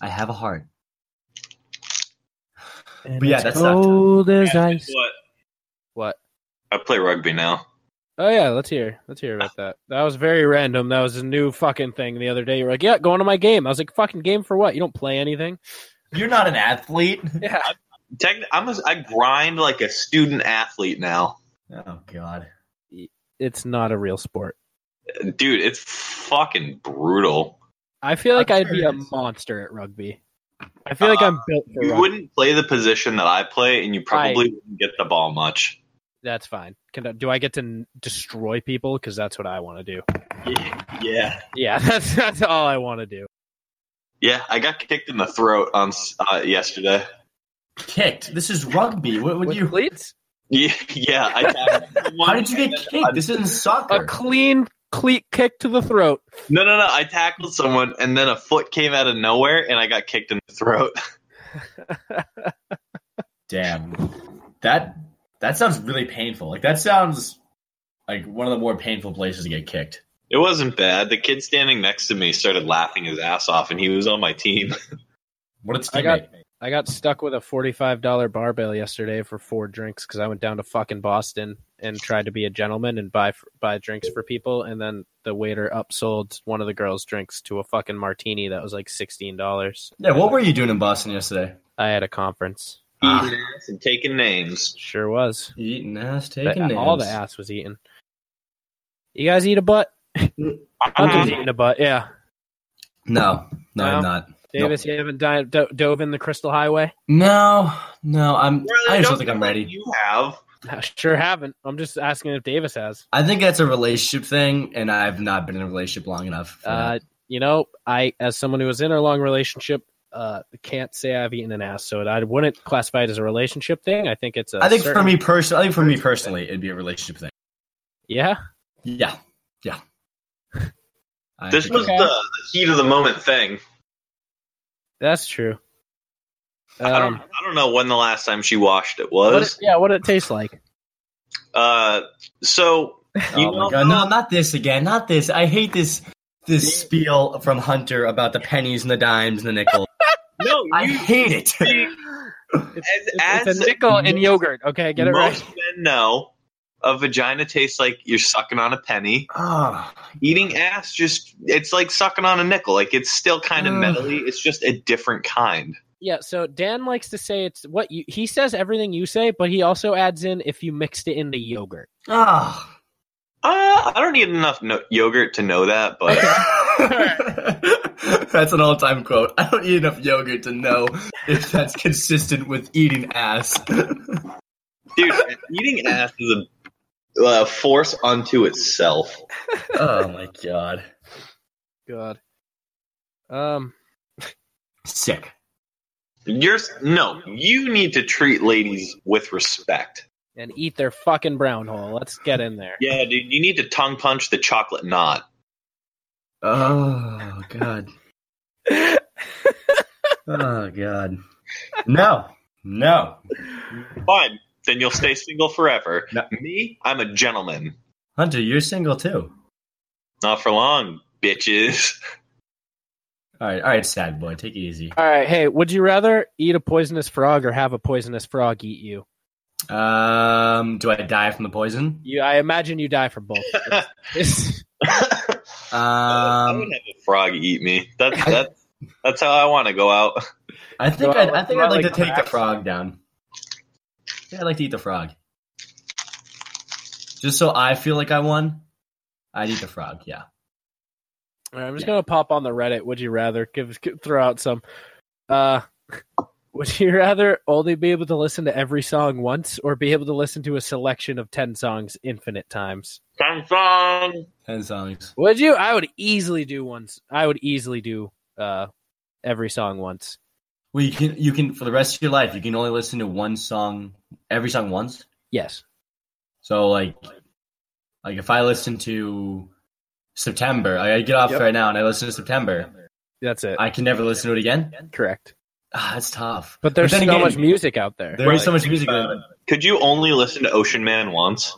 [SPEAKER 3] I have a heart.
[SPEAKER 1] And
[SPEAKER 3] But yeah,
[SPEAKER 1] it's
[SPEAKER 3] that's not-
[SPEAKER 1] cold as
[SPEAKER 8] Yeah,
[SPEAKER 1] ice.
[SPEAKER 8] what?
[SPEAKER 1] What?
[SPEAKER 8] I play rugby now.
[SPEAKER 1] Oh yeah, let's hear. Let's hear about that. That was very random. That was a new fucking thing the other day. You were like, "Yeah, going to my game." I was like, "Fucking game for what? You don't play anything."
[SPEAKER 3] You're not an athlete.
[SPEAKER 1] Yeah.
[SPEAKER 8] Tech, I'm a, I grind like a student athlete now,
[SPEAKER 3] Oh god.
[SPEAKER 1] It's not a real sport.
[SPEAKER 8] dude. It's fucking brutal.
[SPEAKER 1] I feel like
[SPEAKER 3] I'm
[SPEAKER 1] I'd
[SPEAKER 3] sure
[SPEAKER 1] be
[SPEAKER 3] it
[SPEAKER 1] a
[SPEAKER 3] is.
[SPEAKER 1] monster at rugby. I feel like I'm built for
[SPEAKER 8] You
[SPEAKER 1] rugby.
[SPEAKER 8] wouldn't play the position that I play, and you probably
[SPEAKER 1] Right.
[SPEAKER 8] wouldn't get the ball much.
[SPEAKER 1] That's fine. Can I, do I get to n- destroy people? Because that's what I want to do.
[SPEAKER 8] Yeah,
[SPEAKER 1] Yeah, that's that's all I want to do.
[SPEAKER 8] yeah. I got kicked in the throat on s- uh, yesterday.
[SPEAKER 3] Kicked. This is rugby. What would
[SPEAKER 1] With
[SPEAKER 3] you
[SPEAKER 1] cleats?
[SPEAKER 8] Yeah, yeah. I tackled
[SPEAKER 3] How
[SPEAKER 8] someone,
[SPEAKER 3] did you get
[SPEAKER 8] and then
[SPEAKER 3] kicked?
[SPEAKER 8] I-
[SPEAKER 3] This isn't
[SPEAKER 1] A
[SPEAKER 3] soccer.
[SPEAKER 1] clean cleat kick to the throat.
[SPEAKER 8] No, no, no. I tackled someone, and then a foot came out of nowhere, and I got kicked in the throat.
[SPEAKER 3] Damn. That that sounds really painful. Like that sounds like one of the more painful places to get kicked.
[SPEAKER 8] It wasn't bad. The kid standing next to me started laughing his ass off, and he was on my team.
[SPEAKER 3] What it's
[SPEAKER 1] I got- I got stuck with a forty-five dollar barbell yesterday for four drinks because I went down to fucking Boston and tried to be a gentleman and buy buy drinks for people, and then the waiter upsold one of the girls' drinks to a fucking martini that was like sixteen dollars.
[SPEAKER 3] Yeah, what were you doing in Boston yesterday?
[SPEAKER 1] I had a conference.
[SPEAKER 3] Ah.
[SPEAKER 8] Eating ass and taking names.
[SPEAKER 1] Sure was.
[SPEAKER 3] Eating ass,
[SPEAKER 1] That-
[SPEAKER 3] taking names.
[SPEAKER 1] all the ass was eaten. You guys eat a butt?
[SPEAKER 3] Mm.
[SPEAKER 1] Hunter's eating a butt. Yeah,
[SPEAKER 3] No, no,
[SPEAKER 1] No?
[SPEAKER 3] I'm not.
[SPEAKER 1] Davis, you haven't di- do- dove in the Crystal Highway.
[SPEAKER 3] No, no, I'm.
[SPEAKER 8] Really,
[SPEAKER 3] I just
[SPEAKER 8] don't
[SPEAKER 3] don't think I'm
[SPEAKER 8] think
[SPEAKER 3] ready.
[SPEAKER 8] You have.
[SPEAKER 1] I sure haven't. I'm just asking if Davis has.
[SPEAKER 3] I think that's a relationship thing, and I've not been in a relationship long enough. for
[SPEAKER 1] Uh,
[SPEAKER 3] that.
[SPEAKER 1] you know, I as someone who was in a long relationship, uh, can't say I've eaten an ass, so I wouldn't classify it as a relationship thing. I think it's a.
[SPEAKER 3] I think for
[SPEAKER 1] certain-
[SPEAKER 3] me personally, I think for me personally, it'd be a relationship thing.
[SPEAKER 1] yeah.
[SPEAKER 3] Yeah, yeah. I
[SPEAKER 8] This
[SPEAKER 3] think
[SPEAKER 8] was
[SPEAKER 1] Okay.
[SPEAKER 8] the the heat of the moment thing.
[SPEAKER 1] That's true.
[SPEAKER 8] I
[SPEAKER 1] Um,
[SPEAKER 8] don't. I don't know when the last time she washed it
[SPEAKER 1] what
[SPEAKER 8] was.
[SPEAKER 1] it- yeah, what it tastes like.
[SPEAKER 8] Uh, so
[SPEAKER 3] it-
[SPEAKER 8] you
[SPEAKER 3] oh my
[SPEAKER 8] know-
[SPEAKER 3] god, no, not this again, not this. I hate this this spiel from Hunter about the pennies and the dimes and the nickel.
[SPEAKER 8] no,
[SPEAKER 3] I
[SPEAKER 8] you
[SPEAKER 3] hate it.
[SPEAKER 8] as,
[SPEAKER 1] it's a nickel and yogurt. Okay, get it
[SPEAKER 8] most
[SPEAKER 1] right.
[SPEAKER 8] men know, a vagina tastes like you're sucking on a penny.
[SPEAKER 3] Ah,
[SPEAKER 8] Eating ass just it's like sucking on a nickel. Like it's still kind of
[SPEAKER 3] Ugh.
[SPEAKER 8] metally. It's just a different kind.
[SPEAKER 1] Yeah. So Dan likes to say it's what you. He says everything you say, but he also adds in if you mixed it into yogurt.
[SPEAKER 3] ah.
[SPEAKER 8] Uh, I don't need enough no- yogurt to know that, but
[SPEAKER 3] that's an all-time quote. I don't eat enough yogurt to know if that's consistent with eating ass.
[SPEAKER 8] dude, eating ass is a uh, force unto itself.
[SPEAKER 3] oh my god,
[SPEAKER 1] God. Um.
[SPEAKER 3] sick.
[SPEAKER 8] You're no, you need to treat ladies with respect.
[SPEAKER 1] And eat their fucking brown hole. Let's get in there.
[SPEAKER 8] Yeah, dude, you need to tongue punch the chocolate knot.
[SPEAKER 3] Oh god. oh god. No. No.
[SPEAKER 8] Fine, then you'll stay single forever.
[SPEAKER 3] No.
[SPEAKER 8] Me, I'm a gentleman.
[SPEAKER 3] Hunter, you're single too.
[SPEAKER 8] Not for long, bitches.
[SPEAKER 3] All right, all right, sad boy, take it easy.
[SPEAKER 1] All right. Hey, would you rather eat a poisonous frog or have a poisonous frog eat you?
[SPEAKER 3] Um, do I die from the poison?
[SPEAKER 1] You. I imagine you die for both. It's-
[SPEAKER 8] I
[SPEAKER 3] Um,
[SPEAKER 8] would have a frog eat me. That's that's that's how I want to go out.
[SPEAKER 3] I think
[SPEAKER 1] Oh, Do I
[SPEAKER 3] I'd, I
[SPEAKER 1] like-
[SPEAKER 3] think
[SPEAKER 1] do I
[SPEAKER 3] I'd like to
[SPEAKER 1] like
[SPEAKER 3] take the
[SPEAKER 1] crabs?
[SPEAKER 3] frog down. Yeah, I'd like to eat the frog. Just so I feel like I won, I'd eat the frog. Yeah.
[SPEAKER 1] All right, I'm just gonna pop on the Reddit. Would you rather give throw out some? Uh, would you rather only be able to listen to every song once, or be able to listen to a selection of ten songs infinite times?
[SPEAKER 8] Ten songs.
[SPEAKER 3] Ten songs.
[SPEAKER 1] Would you? I would easily do once. I would easily do uh every song once.
[SPEAKER 3] Well, you can you can for the rest of your life you can only listen to one song, every song once.
[SPEAKER 1] Yes.
[SPEAKER 3] So like, like if I listen to September, I I get off
[SPEAKER 1] Yep.
[SPEAKER 3] right now and I listen to September.
[SPEAKER 1] That's it.
[SPEAKER 3] I can never listen to it again.
[SPEAKER 1] Correct.
[SPEAKER 3] Ah, that's tough.
[SPEAKER 1] But there's
[SPEAKER 3] then
[SPEAKER 1] so
[SPEAKER 3] again,
[SPEAKER 1] much music out there.
[SPEAKER 3] There is so much music.
[SPEAKER 8] Uh, Could you only listen to Ocean Man once?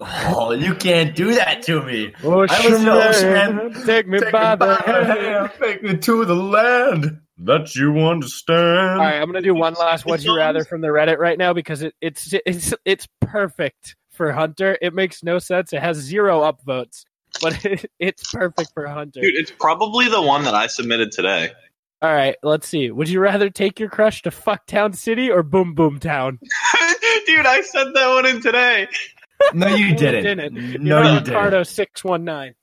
[SPEAKER 3] Oh, you can't do that to me. I
[SPEAKER 1] Ocean
[SPEAKER 3] listen to Ocean
[SPEAKER 1] Man,
[SPEAKER 3] Man.
[SPEAKER 1] take me by the hand.
[SPEAKER 3] take me to the land that you understand.
[SPEAKER 1] All right, I'm gonna do one last "Would You Rather" from the Reddit right now because it, it's it's it's perfect for Hunter. It makes no sense. It has zero upvotes, but it, it's perfect for Hunter.
[SPEAKER 8] Dude, it's probably the one that I submitted today.
[SPEAKER 1] All right, let's see. Would you rather take your crush to Fucktown City or Boom Boom Town?
[SPEAKER 8] Dude, I sent that one in today.
[SPEAKER 3] No, you didn't.
[SPEAKER 1] didn't.
[SPEAKER 3] No, you
[SPEAKER 1] Ricardo
[SPEAKER 3] didn't.
[SPEAKER 1] six one nine.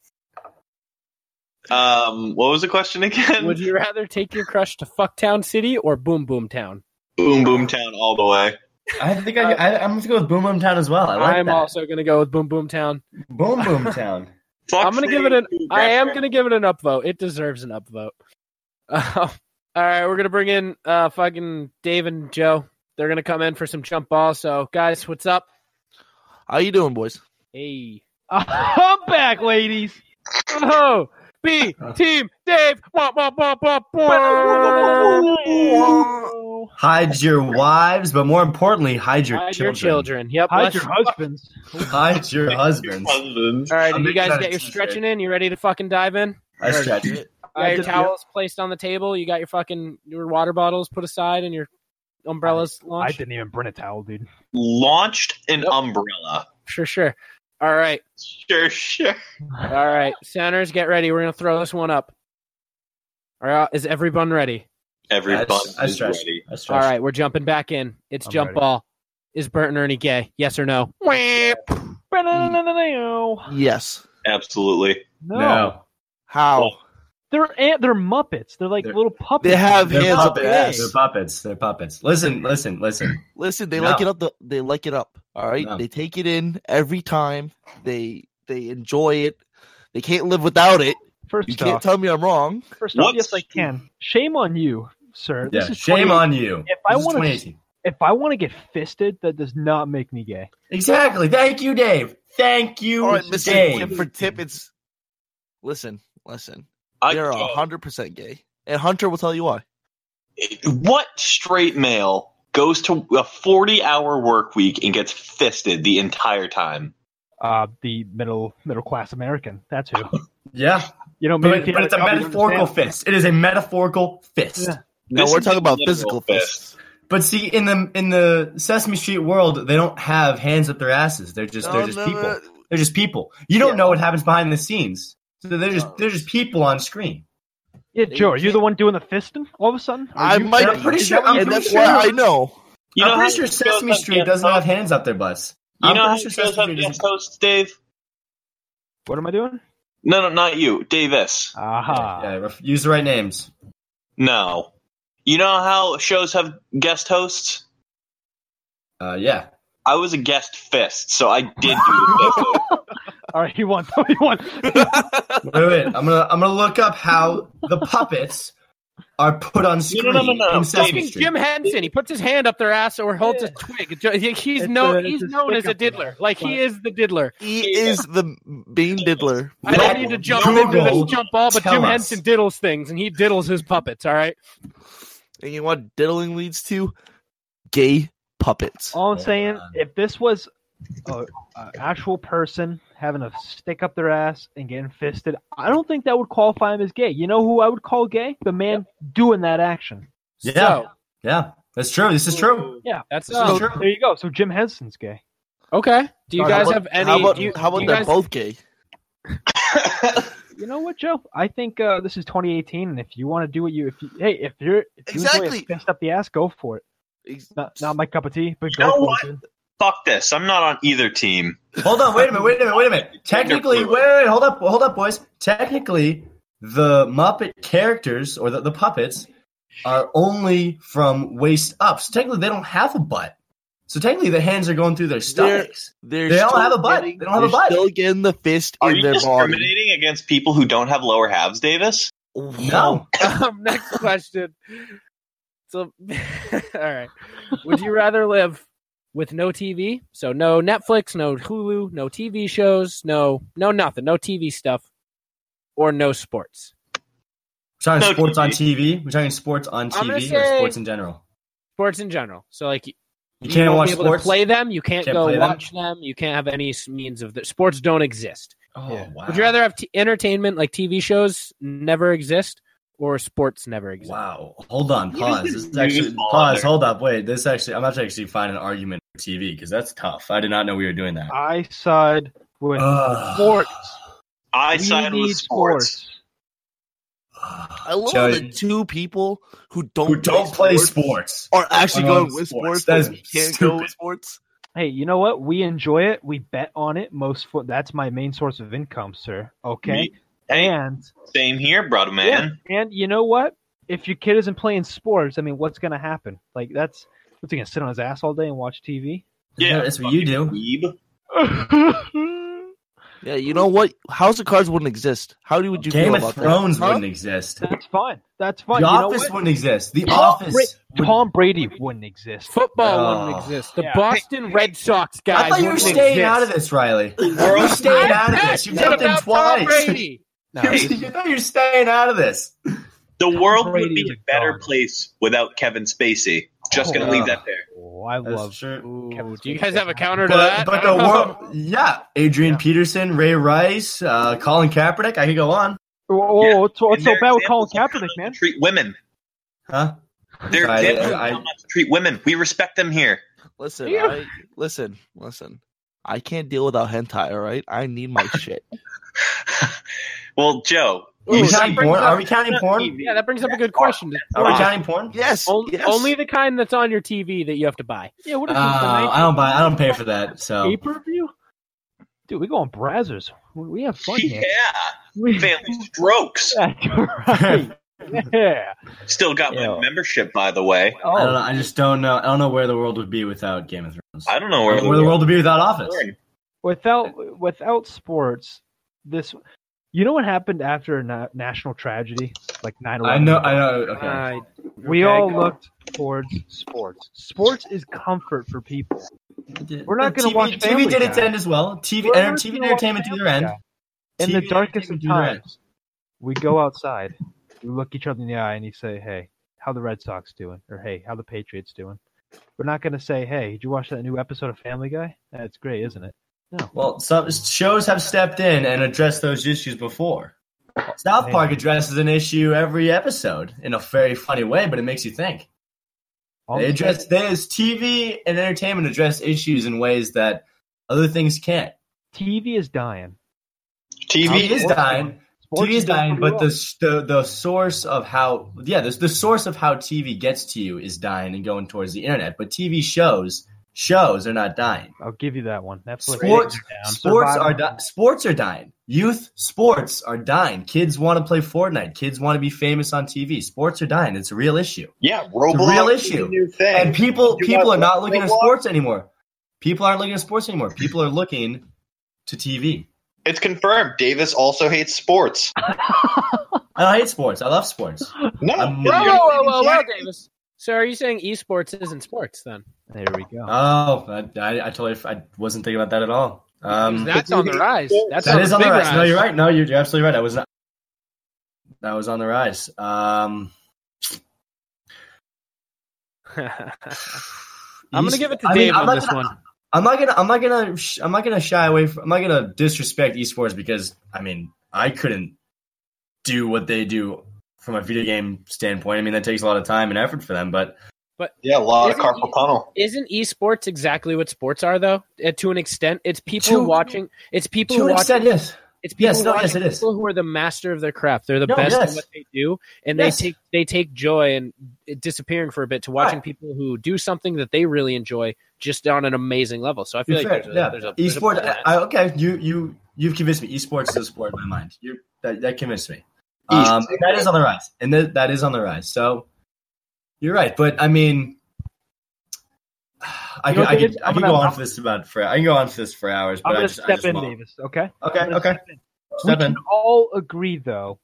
[SPEAKER 8] Um, what was the question again?
[SPEAKER 1] Would you rather take your crush to Fucktown City or Boom Boom Town?
[SPEAKER 8] Boom Boom Town all the way.
[SPEAKER 3] I think I, I, I'm going to go with Boom Boom Town as well. I like
[SPEAKER 1] I'm
[SPEAKER 3] that.
[SPEAKER 1] also gonna go with Boom Boom Town.
[SPEAKER 3] Boom Boom Town.
[SPEAKER 8] Fuck
[SPEAKER 1] I'm gonna
[SPEAKER 8] City,
[SPEAKER 1] give it an. I am
[SPEAKER 8] Grab-
[SPEAKER 1] gonna give it an upvote. It deserves an upvote. Um, all right, we're gonna bring in uh fucking Dave and Joe. They're gonna come in for some jump ball. So guys, what's up?
[SPEAKER 7] How you doing, boys?
[SPEAKER 1] Hey, I'm back, ladies. Oh, B team Dave. Wah, wah, wah, wah, wah.
[SPEAKER 3] Hide your wives, but more importantly, hide your
[SPEAKER 1] Hide
[SPEAKER 3] children.
[SPEAKER 1] your children. Yep.
[SPEAKER 7] Hide
[SPEAKER 1] let's-
[SPEAKER 7] your husbands.
[SPEAKER 3] Hide your husbands.
[SPEAKER 8] Husbands.
[SPEAKER 1] All right,
[SPEAKER 3] I'm
[SPEAKER 1] you
[SPEAKER 3] making
[SPEAKER 1] guys
[SPEAKER 3] that
[SPEAKER 1] get
[SPEAKER 3] a
[SPEAKER 1] your
[SPEAKER 3] t-shirt.
[SPEAKER 1] stretching in. You ready to fucking dive in?
[SPEAKER 3] I stretch.
[SPEAKER 1] All right, your
[SPEAKER 7] Yeah.
[SPEAKER 1] towels placed on the table. You got your fucking your water bottles put aside and your umbrellas
[SPEAKER 7] I
[SPEAKER 1] launched.
[SPEAKER 7] didn't even bring a towel, dude.
[SPEAKER 8] Launched an
[SPEAKER 1] Yep.
[SPEAKER 8] umbrella.
[SPEAKER 1] Sure, sure. All right,
[SPEAKER 8] Sure, sure.
[SPEAKER 1] all right. Sounders, get ready. We're gonna throw this one up. All right, is everyone ready?
[SPEAKER 8] Every
[SPEAKER 3] I,
[SPEAKER 8] button
[SPEAKER 3] I
[SPEAKER 8] is
[SPEAKER 3] stretch.
[SPEAKER 8] ready.
[SPEAKER 3] I stretch.
[SPEAKER 1] All right, we're jumping back in. It's
[SPEAKER 7] I'm
[SPEAKER 1] jump
[SPEAKER 7] ready.
[SPEAKER 1] ball. Is Bert and Ernie gay? Yes or no? No.
[SPEAKER 7] Yes.
[SPEAKER 8] Absolutely.
[SPEAKER 7] No.
[SPEAKER 3] No.
[SPEAKER 7] How?
[SPEAKER 9] They're ant- they're Muppets. They're like
[SPEAKER 3] They're-
[SPEAKER 9] little puppets.
[SPEAKER 7] They have
[SPEAKER 3] They're
[SPEAKER 7] hands up
[SPEAKER 3] puppets.
[SPEAKER 7] their ass.
[SPEAKER 3] They're puppets. They're puppets. Listen, listen, listen.
[SPEAKER 7] Listen, they
[SPEAKER 3] No.
[SPEAKER 7] like it up. The, they like it up. All right.
[SPEAKER 3] No.
[SPEAKER 7] They take it in every time. They they enjoy it. They can't live without it. You
[SPEAKER 9] First
[SPEAKER 7] can't
[SPEAKER 9] off,
[SPEAKER 7] tell me I'm wrong.
[SPEAKER 9] first off,
[SPEAKER 8] What?
[SPEAKER 9] yes, I can. Shame on you sir.
[SPEAKER 3] Yeah,
[SPEAKER 9] This is
[SPEAKER 3] shame
[SPEAKER 9] 20
[SPEAKER 3] on you.
[SPEAKER 9] If I
[SPEAKER 3] This is
[SPEAKER 9] wanna-
[SPEAKER 3] 2018.
[SPEAKER 9] If I want to get fisted, that does not make me gay.
[SPEAKER 3] Exactly. Thank you, Dave. Thank you,
[SPEAKER 7] All right, listen,
[SPEAKER 3] Dave.
[SPEAKER 7] tip for tip, it's listen, listen.
[SPEAKER 8] I,
[SPEAKER 7] They're hundred percent gay, and Hunter will tell you why.
[SPEAKER 8] what straight male goes to a 40 hour work week and gets fisted the entire time?
[SPEAKER 9] Uh, the middle middle class American. That's who.
[SPEAKER 3] Yeah,
[SPEAKER 9] You know, maybe
[SPEAKER 3] but,
[SPEAKER 9] if he
[SPEAKER 3] but
[SPEAKER 9] had
[SPEAKER 3] it's a
[SPEAKER 9] job, he'd
[SPEAKER 3] metaphorical
[SPEAKER 9] understand.
[SPEAKER 3] fist. It is a metaphorical fist.
[SPEAKER 9] Yeah.
[SPEAKER 7] No,
[SPEAKER 8] This
[SPEAKER 7] we're
[SPEAKER 8] is
[SPEAKER 7] talking
[SPEAKER 8] a
[SPEAKER 7] about
[SPEAKER 8] literal
[SPEAKER 7] physical fists.
[SPEAKER 3] But see, in the in the Sesame Street world, they don't have hands up their asses. They're just they're
[SPEAKER 7] No,
[SPEAKER 3] just
[SPEAKER 7] no,
[SPEAKER 3] people.
[SPEAKER 7] no.
[SPEAKER 3] They're just people. You don't
[SPEAKER 7] Yeah.
[SPEAKER 3] know what happens behind the scenes. So they're just
[SPEAKER 7] No.
[SPEAKER 3] they're just people on screen.
[SPEAKER 9] Yeah, Joe, are you the one doing the fisting all of a sudden? Are
[SPEAKER 7] I
[SPEAKER 9] you-
[SPEAKER 7] might
[SPEAKER 3] I'm
[SPEAKER 7] be,
[SPEAKER 3] pretty sure- I'm
[SPEAKER 7] and
[SPEAKER 3] pretty
[SPEAKER 7] that's
[SPEAKER 3] sure-
[SPEAKER 7] why I know.
[SPEAKER 8] You
[SPEAKER 3] I'm
[SPEAKER 8] how
[SPEAKER 3] pretty sure
[SPEAKER 8] it goes
[SPEAKER 3] Sesame
[SPEAKER 8] on
[SPEAKER 3] Street
[SPEAKER 8] guest
[SPEAKER 3] doesn't have
[SPEAKER 8] hosts?
[SPEAKER 3] hands up their butts.
[SPEAKER 8] You
[SPEAKER 3] I'm
[SPEAKER 8] know how
[SPEAKER 3] pretty
[SPEAKER 8] it
[SPEAKER 3] sure
[SPEAKER 8] goes
[SPEAKER 3] Sesame
[SPEAKER 8] on
[SPEAKER 3] Street
[SPEAKER 8] guest
[SPEAKER 3] doesn't.
[SPEAKER 8] hosts, Dave?
[SPEAKER 9] What am I doing?
[SPEAKER 8] No, no, not you, Davis.
[SPEAKER 9] Aha.
[SPEAKER 3] Yeah, ref- use the right names.
[SPEAKER 8] No. You know how shows have guest hosts?
[SPEAKER 3] Uh, yeah.
[SPEAKER 8] I was a guest fist, so I did do the fist.
[SPEAKER 9] All right, he won. he won.
[SPEAKER 3] Wait, wait. I'm gonna I'm gonna look up how the puppets are put on
[SPEAKER 8] No,
[SPEAKER 3] screen
[SPEAKER 8] no, no, no, no.
[SPEAKER 3] in Sesame
[SPEAKER 1] Fucking
[SPEAKER 3] Street.
[SPEAKER 1] Jim Henson. He puts his hand up their ass or holds a twig. Jo- he- He's
[SPEAKER 9] It's
[SPEAKER 1] known.
[SPEAKER 9] a-
[SPEAKER 1] he's
[SPEAKER 9] it's a
[SPEAKER 1] known as
[SPEAKER 9] stick
[SPEAKER 1] a
[SPEAKER 9] up their
[SPEAKER 1] diddler.
[SPEAKER 9] ass.
[SPEAKER 1] Like he is the diddler.
[SPEAKER 7] He is the main diddler.
[SPEAKER 1] I
[SPEAKER 3] Let
[SPEAKER 1] don't need to jump into
[SPEAKER 3] Google
[SPEAKER 1] this jump ball, but
[SPEAKER 3] tell
[SPEAKER 1] Jim
[SPEAKER 3] us.
[SPEAKER 1] Henson diddles things, and he diddles his puppets. All right.
[SPEAKER 7] And you know what diddling leads to? Gay puppets.
[SPEAKER 9] All I'm
[SPEAKER 8] Oh,
[SPEAKER 3] Yeah.
[SPEAKER 9] saying, if this was an actual person having a stick up their ass and getting fisted, I don't think that would qualify him as gay. You know who I would call gay? The man doing that action.
[SPEAKER 3] Yeah.
[SPEAKER 1] So,
[SPEAKER 3] Yeah, that's true. This is true.
[SPEAKER 1] that's
[SPEAKER 3] This is
[SPEAKER 1] uh,
[SPEAKER 3] true.
[SPEAKER 9] There you go. So Jim Henson's gay.
[SPEAKER 1] okay. Do you
[SPEAKER 9] How
[SPEAKER 1] guys
[SPEAKER 7] about-
[SPEAKER 1] have any?
[SPEAKER 7] how about
[SPEAKER 1] do you,
[SPEAKER 7] how about
[SPEAKER 1] you
[SPEAKER 7] they're
[SPEAKER 1] guys-
[SPEAKER 7] both gay?
[SPEAKER 9] You know what, Joe? I think uh, this is 2018, and if you want to do what you, if you, hey, if you're if you
[SPEAKER 7] Exactly.
[SPEAKER 9] enjoy a fist up the ass, go for it.
[SPEAKER 7] Ex-
[SPEAKER 9] Not, not my cup of tea, but
[SPEAKER 8] know
[SPEAKER 9] go for
[SPEAKER 8] what?
[SPEAKER 9] it. dude.
[SPEAKER 8] Fuck this. I'm not on either team.
[SPEAKER 3] Hold on, wait a minute, wait a minute, wait a minute. Technically, wait, wait, wait, hold up, hold up, boys. Technically, the Muppet characters or the, the puppets are only from waist up. So technically, they don't have a butt. So technically, the hands are going through their stomachs.
[SPEAKER 7] They're
[SPEAKER 3] They don't
[SPEAKER 7] still
[SPEAKER 3] have a butt.
[SPEAKER 7] getting-
[SPEAKER 3] They don't have a
[SPEAKER 7] they're
[SPEAKER 3] butt.
[SPEAKER 7] Still getting the fist
[SPEAKER 8] Are
[SPEAKER 7] in
[SPEAKER 8] you
[SPEAKER 7] their body.
[SPEAKER 8] discriminating against people who don't have lower halves, Davis?
[SPEAKER 3] No,
[SPEAKER 1] Um, next question. So, all right. Would you rather live with no TV? So no Netflix, no Hulu, no TV shows, no no nothing, no TV stuff, or no sports.
[SPEAKER 3] we're talking
[SPEAKER 8] No
[SPEAKER 3] sports on
[SPEAKER 8] TV.
[SPEAKER 3] TV. We're talking sports on
[SPEAKER 1] I'm gonna
[SPEAKER 3] TV or
[SPEAKER 1] say-
[SPEAKER 3] sports in general.
[SPEAKER 1] Sports in general. So like you,
[SPEAKER 3] You can't
[SPEAKER 1] won't
[SPEAKER 3] watch
[SPEAKER 1] be able
[SPEAKER 3] sports.
[SPEAKER 1] to play them. You can't,
[SPEAKER 3] Can't play
[SPEAKER 1] go
[SPEAKER 3] them?
[SPEAKER 1] watch them. You can't have any s- means of the sports. Don't exist.
[SPEAKER 3] Oh wow!
[SPEAKER 1] Would you rather have t- entertainment like TV shows never exist or sports never exist?
[SPEAKER 3] Wow. Hold on.
[SPEAKER 8] You
[SPEAKER 3] Pause.
[SPEAKER 8] just
[SPEAKER 3] This is
[SPEAKER 8] did
[SPEAKER 3] actually
[SPEAKER 8] news all
[SPEAKER 3] pause.
[SPEAKER 8] there.
[SPEAKER 3] Hold up. Wait. This actually. I'm about to actually find an argument for TV because that's tough. I did not know we were doing that.
[SPEAKER 9] I side with
[SPEAKER 7] Uh,
[SPEAKER 3] Ugh.
[SPEAKER 9] sports.
[SPEAKER 8] Uh, I
[SPEAKER 9] We
[SPEAKER 8] side
[SPEAKER 9] need
[SPEAKER 8] with sports.
[SPEAKER 7] I love
[SPEAKER 3] Joe,
[SPEAKER 7] the two people who don't
[SPEAKER 3] who don't play sports.
[SPEAKER 7] are actually
[SPEAKER 3] Are on
[SPEAKER 7] going with
[SPEAKER 3] sports.
[SPEAKER 7] sports.
[SPEAKER 3] That
[SPEAKER 7] but
[SPEAKER 3] is
[SPEAKER 7] we can't go
[SPEAKER 3] stupid.
[SPEAKER 7] with sports.
[SPEAKER 9] Hey, you know what? We enjoy it. We bet on it. Most fo- that's my main source of income, sir. Okay,
[SPEAKER 8] Me- Hey,
[SPEAKER 9] and
[SPEAKER 8] same here, brother man.
[SPEAKER 9] Yeah, and you know what? If your kid isn't playing sports, I mean, what's gonna happen? Like that's what's he gonna sit on his ass all day and watch TV?
[SPEAKER 8] Yeah,
[SPEAKER 3] that's what you do.
[SPEAKER 8] Weeb.
[SPEAKER 7] Yeah, you know what? House of Cards wouldn't exist. How do you- would you
[SPEAKER 3] Game
[SPEAKER 7] feel
[SPEAKER 3] of
[SPEAKER 7] about
[SPEAKER 3] Thrones
[SPEAKER 7] that? Huh?
[SPEAKER 3] wouldn't exist. The
[SPEAKER 9] that's fine. That's fine. you know
[SPEAKER 3] Office
[SPEAKER 9] what?
[SPEAKER 3] wouldn't exist. The
[SPEAKER 9] Tom Bra-
[SPEAKER 3] Office. would-
[SPEAKER 9] Tom Brady wouldn't exist.
[SPEAKER 1] Football
[SPEAKER 3] Oh.
[SPEAKER 1] wouldn't exist. The
[SPEAKER 9] Yeah.
[SPEAKER 1] Boston Red Sox guys.
[SPEAKER 3] I thought you were
[SPEAKER 1] wouldn't
[SPEAKER 3] staying
[SPEAKER 1] exist.
[SPEAKER 3] out of this, Riley. You're
[SPEAKER 8] World-
[SPEAKER 3] staying
[SPEAKER 1] I'm
[SPEAKER 3] out of this. You've
[SPEAKER 1] passionate
[SPEAKER 3] jumped in
[SPEAKER 1] about Tom
[SPEAKER 3] twice.
[SPEAKER 1] Brady.
[SPEAKER 9] No,
[SPEAKER 3] You're-
[SPEAKER 9] this-
[SPEAKER 3] You know you're staying out of this.
[SPEAKER 8] The world would
[SPEAKER 9] Brady
[SPEAKER 8] be
[SPEAKER 9] is
[SPEAKER 8] a
[SPEAKER 9] a
[SPEAKER 8] better
[SPEAKER 9] god.
[SPEAKER 8] place without Kevin Spacey. Just gonna
[SPEAKER 3] Oh.
[SPEAKER 8] leave that there.
[SPEAKER 9] oh, I love.
[SPEAKER 3] That's true.
[SPEAKER 1] Ooh, do you guys have a counter to
[SPEAKER 3] But,
[SPEAKER 1] that?
[SPEAKER 3] but
[SPEAKER 1] I
[SPEAKER 3] the
[SPEAKER 1] don't know.
[SPEAKER 3] world, yeah. Adrian Peterson, Ray Rice, uh, Colin Kaepernick. I could go on,
[SPEAKER 9] Oh,
[SPEAKER 8] Yeah,
[SPEAKER 9] oh, what's, what's
[SPEAKER 8] And
[SPEAKER 9] so
[SPEAKER 8] their
[SPEAKER 9] bad with Colin
[SPEAKER 8] examples of how
[SPEAKER 9] Kaepernick,
[SPEAKER 8] not to
[SPEAKER 9] man?
[SPEAKER 8] Treat women.
[SPEAKER 3] huh?
[SPEAKER 8] They're
[SPEAKER 3] I-
[SPEAKER 8] examples
[SPEAKER 3] I-
[SPEAKER 8] of how not to treat women. We respect them here.
[SPEAKER 7] Listen,
[SPEAKER 1] Yeah.
[SPEAKER 7] I, listen, listen. I can't deal without hentai. All right, I need my shit.
[SPEAKER 8] Well, Joe,
[SPEAKER 3] Are
[SPEAKER 1] Ooh,
[SPEAKER 3] we
[SPEAKER 8] you
[SPEAKER 1] that
[SPEAKER 3] counting
[SPEAKER 8] see,
[SPEAKER 1] brings
[SPEAKER 3] porn?
[SPEAKER 1] up-
[SPEAKER 3] Are we counting porn? Oh,
[SPEAKER 1] Yeah, that brings up a good question. Does
[SPEAKER 3] Are we
[SPEAKER 1] porn-
[SPEAKER 3] counting porn?
[SPEAKER 7] Yes,
[SPEAKER 1] on-
[SPEAKER 7] yes.
[SPEAKER 1] Only the kind that's on your TV that you have to buy.
[SPEAKER 9] Yeah, what
[SPEAKER 3] Uh,
[SPEAKER 9] is this?
[SPEAKER 3] I don't buy. I don't pay for that. So
[SPEAKER 9] Pay per view? Dude, we going Brazzers. We- We have fun
[SPEAKER 8] yeah,
[SPEAKER 9] here. We-
[SPEAKER 8] family strokes.
[SPEAKER 9] That's right. Yeah.
[SPEAKER 8] Still got
[SPEAKER 9] Yeah.
[SPEAKER 8] my membership, by the way.
[SPEAKER 9] Oh,
[SPEAKER 3] I don't know. I just don't know. I don't know where the world would be without Game of Thrones.
[SPEAKER 8] I don't know
[SPEAKER 3] Where
[SPEAKER 8] where
[SPEAKER 3] the world would be without Office.
[SPEAKER 8] going.
[SPEAKER 9] without without sports, this You know what happened after a na- national tragedy like 9/11?
[SPEAKER 3] I know. I know. Okay.
[SPEAKER 9] Uh,
[SPEAKER 1] I-
[SPEAKER 9] We
[SPEAKER 1] okay,
[SPEAKER 9] all
[SPEAKER 1] go.
[SPEAKER 9] looked towards sports. Sports is comfort for people. We're not gonna
[SPEAKER 3] TV
[SPEAKER 9] watch Family
[SPEAKER 3] TV did its
[SPEAKER 9] Guy.
[SPEAKER 3] end as well. TV,
[SPEAKER 9] We're
[SPEAKER 3] enter-
[SPEAKER 9] not
[SPEAKER 3] TV
[SPEAKER 9] gonna watch
[SPEAKER 3] entertainment to their
[SPEAKER 9] Family
[SPEAKER 3] end.
[SPEAKER 9] Guy. In the
[SPEAKER 3] TV
[SPEAKER 9] darkest of
[SPEAKER 3] entertainment to their
[SPEAKER 9] times, we go outside, we look each other in the eye, and you say, "Hey, how the Red Sox doing?" Or "Hey, how the Patriots doing?" We're not going to say, "Hey, did you watch that new episode of Family Guy?" That's great, isn't it?
[SPEAKER 3] Well, some shows have stepped in and addressed those issues before. South Park
[SPEAKER 9] Hey.
[SPEAKER 3] addresses an issue every episode in a very funny way, but it makes you think.
[SPEAKER 9] All
[SPEAKER 3] they
[SPEAKER 9] I'm saying-
[SPEAKER 3] address there's TV and entertainment address issues in ways that other things can't.
[SPEAKER 9] TV is dying.
[SPEAKER 3] TV
[SPEAKER 8] TV
[SPEAKER 3] is dying.
[SPEAKER 9] Sports
[SPEAKER 3] TV is
[SPEAKER 9] doing
[SPEAKER 3] dying,
[SPEAKER 9] pretty
[SPEAKER 3] but
[SPEAKER 9] well.
[SPEAKER 3] the, s- the the source of how yeah, the, the source of how TV gets to you is dying and going towards the internet. But TV shows shows are not dying.
[SPEAKER 9] I'll give you that one. Netflix
[SPEAKER 3] Sports,
[SPEAKER 9] ratings are down.
[SPEAKER 3] sports are
[SPEAKER 9] Survival-
[SPEAKER 3] di- sports are dying. Youth sports are dying. Kids want to play Fortnite. Kids want to be famous on TV. Sports are dying. It's a real issue,
[SPEAKER 8] Yeah, Roblox.
[SPEAKER 3] real
[SPEAKER 8] is
[SPEAKER 3] issue.
[SPEAKER 8] the New thing.
[SPEAKER 3] and people
[SPEAKER 8] You
[SPEAKER 3] people
[SPEAKER 8] got
[SPEAKER 3] are not looking at
[SPEAKER 8] Roblox?
[SPEAKER 3] sports anymore. People aren't looking at sports anymore. People are looking to TV.
[SPEAKER 8] It's confirmed. Davis also hates sports.
[SPEAKER 3] I hate sports. I love sports.
[SPEAKER 8] No,
[SPEAKER 3] I'm-
[SPEAKER 8] you're
[SPEAKER 1] Whoa,
[SPEAKER 8] not
[SPEAKER 1] whoa, whoa, whoa, whoa,
[SPEAKER 8] exactly-
[SPEAKER 1] Davis. So are you saying esports isn't sports then?
[SPEAKER 9] There we go.
[SPEAKER 3] Oh, I, I, I totally I wasn't thinking about that at all. Um,
[SPEAKER 1] That's on the rise. That's
[SPEAKER 3] that is on the
[SPEAKER 1] big
[SPEAKER 3] rise. No, you're right. No, you're, you're absolutely right. I was not. That was on the rise. Um,
[SPEAKER 1] I'm gonna give it to
[SPEAKER 3] I mean,
[SPEAKER 1] Dave
[SPEAKER 3] I'm
[SPEAKER 1] on
[SPEAKER 3] not
[SPEAKER 1] this
[SPEAKER 3] gonna-
[SPEAKER 1] one.
[SPEAKER 3] I'm not gonna. I'm not gonna. sh- I'm not gonna shy away. From, I'm not gonna disrespect esports because I mean I couldn't do what they do from a video game standpoint. I mean that takes a lot of time and effort for them. But
[SPEAKER 8] Yeah, a lot of
[SPEAKER 1] Isn't
[SPEAKER 8] carpal
[SPEAKER 1] he-
[SPEAKER 8] tunnel.
[SPEAKER 1] Isn't esports exactly what sports are though? Uh, to an extent, it's people
[SPEAKER 3] To-
[SPEAKER 1] watching. It's people
[SPEAKER 3] to an
[SPEAKER 1] watching.
[SPEAKER 3] extent, yes.
[SPEAKER 1] It's people
[SPEAKER 3] Yes, no,
[SPEAKER 1] watching
[SPEAKER 3] yes, it is.
[SPEAKER 1] people who are the master of their craft. They're the
[SPEAKER 3] No,
[SPEAKER 1] best
[SPEAKER 3] yes.
[SPEAKER 1] at what they do, and
[SPEAKER 3] Yes.
[SPEAKER 1] they take they take joy in disappearing for a bit to watching
[SPEAKER 3] Right.
[SPEAKER 1] people who do something that they really enjoy just on an amazing level. So I feel
[SPEAKER 3] You're
[SPEAKER 1] like
[SPEAKER 3] fair,
[SPEAKER 1] there's a,
[SPEAKER 3] yeah.
[SPEAKER 1] there's a there's a
[SPEAKER 3] esports.
[SPEAKER 1] balance.
[SPEAKER 3] I, I- okay, you you you've convinced me. Esports is a sport in my mind. You that that convinced me.
[SPEAKER 8] East.
[SPEAKER 3] Um, and that is on the rise, and that that is on the rise. So you're right, but I mean, I
[SPEAKER 9] You
[SPEAKER 3] can,
[SPEAKER 9] know,
[SPEAKER 3] I
[SPEAKER 9] David,
[SPEAKER 3] can, I
[SPEAKER 9] I'm
[SPEAKER 3] can
[SPEAKER 9] gonna-
[SPEAKER 3] go on for this about for I can go on for this for hours. But
[SPEAKER 9] I'm
[SPEAKER 3] I
[SPEAKER 9] going to
[SPEAKER 3] just, I
[SPEAKER 9] step
[SPEAKER 3] just
[SPEAKER 9] in,
[SPEAKER 3] won't.
[SPEAKER 9] Davis. Okay. I'm
[SPEAKER 3] Okay,
[SPEAKER 9] gonna
[SPEAKER 3] okay,
[SPEAKER 9] step in.
[SPEAKER 3] step
[SPEAKER 9] we
[SPEAKER 3] in.
[SPEAKER 9] can all agree though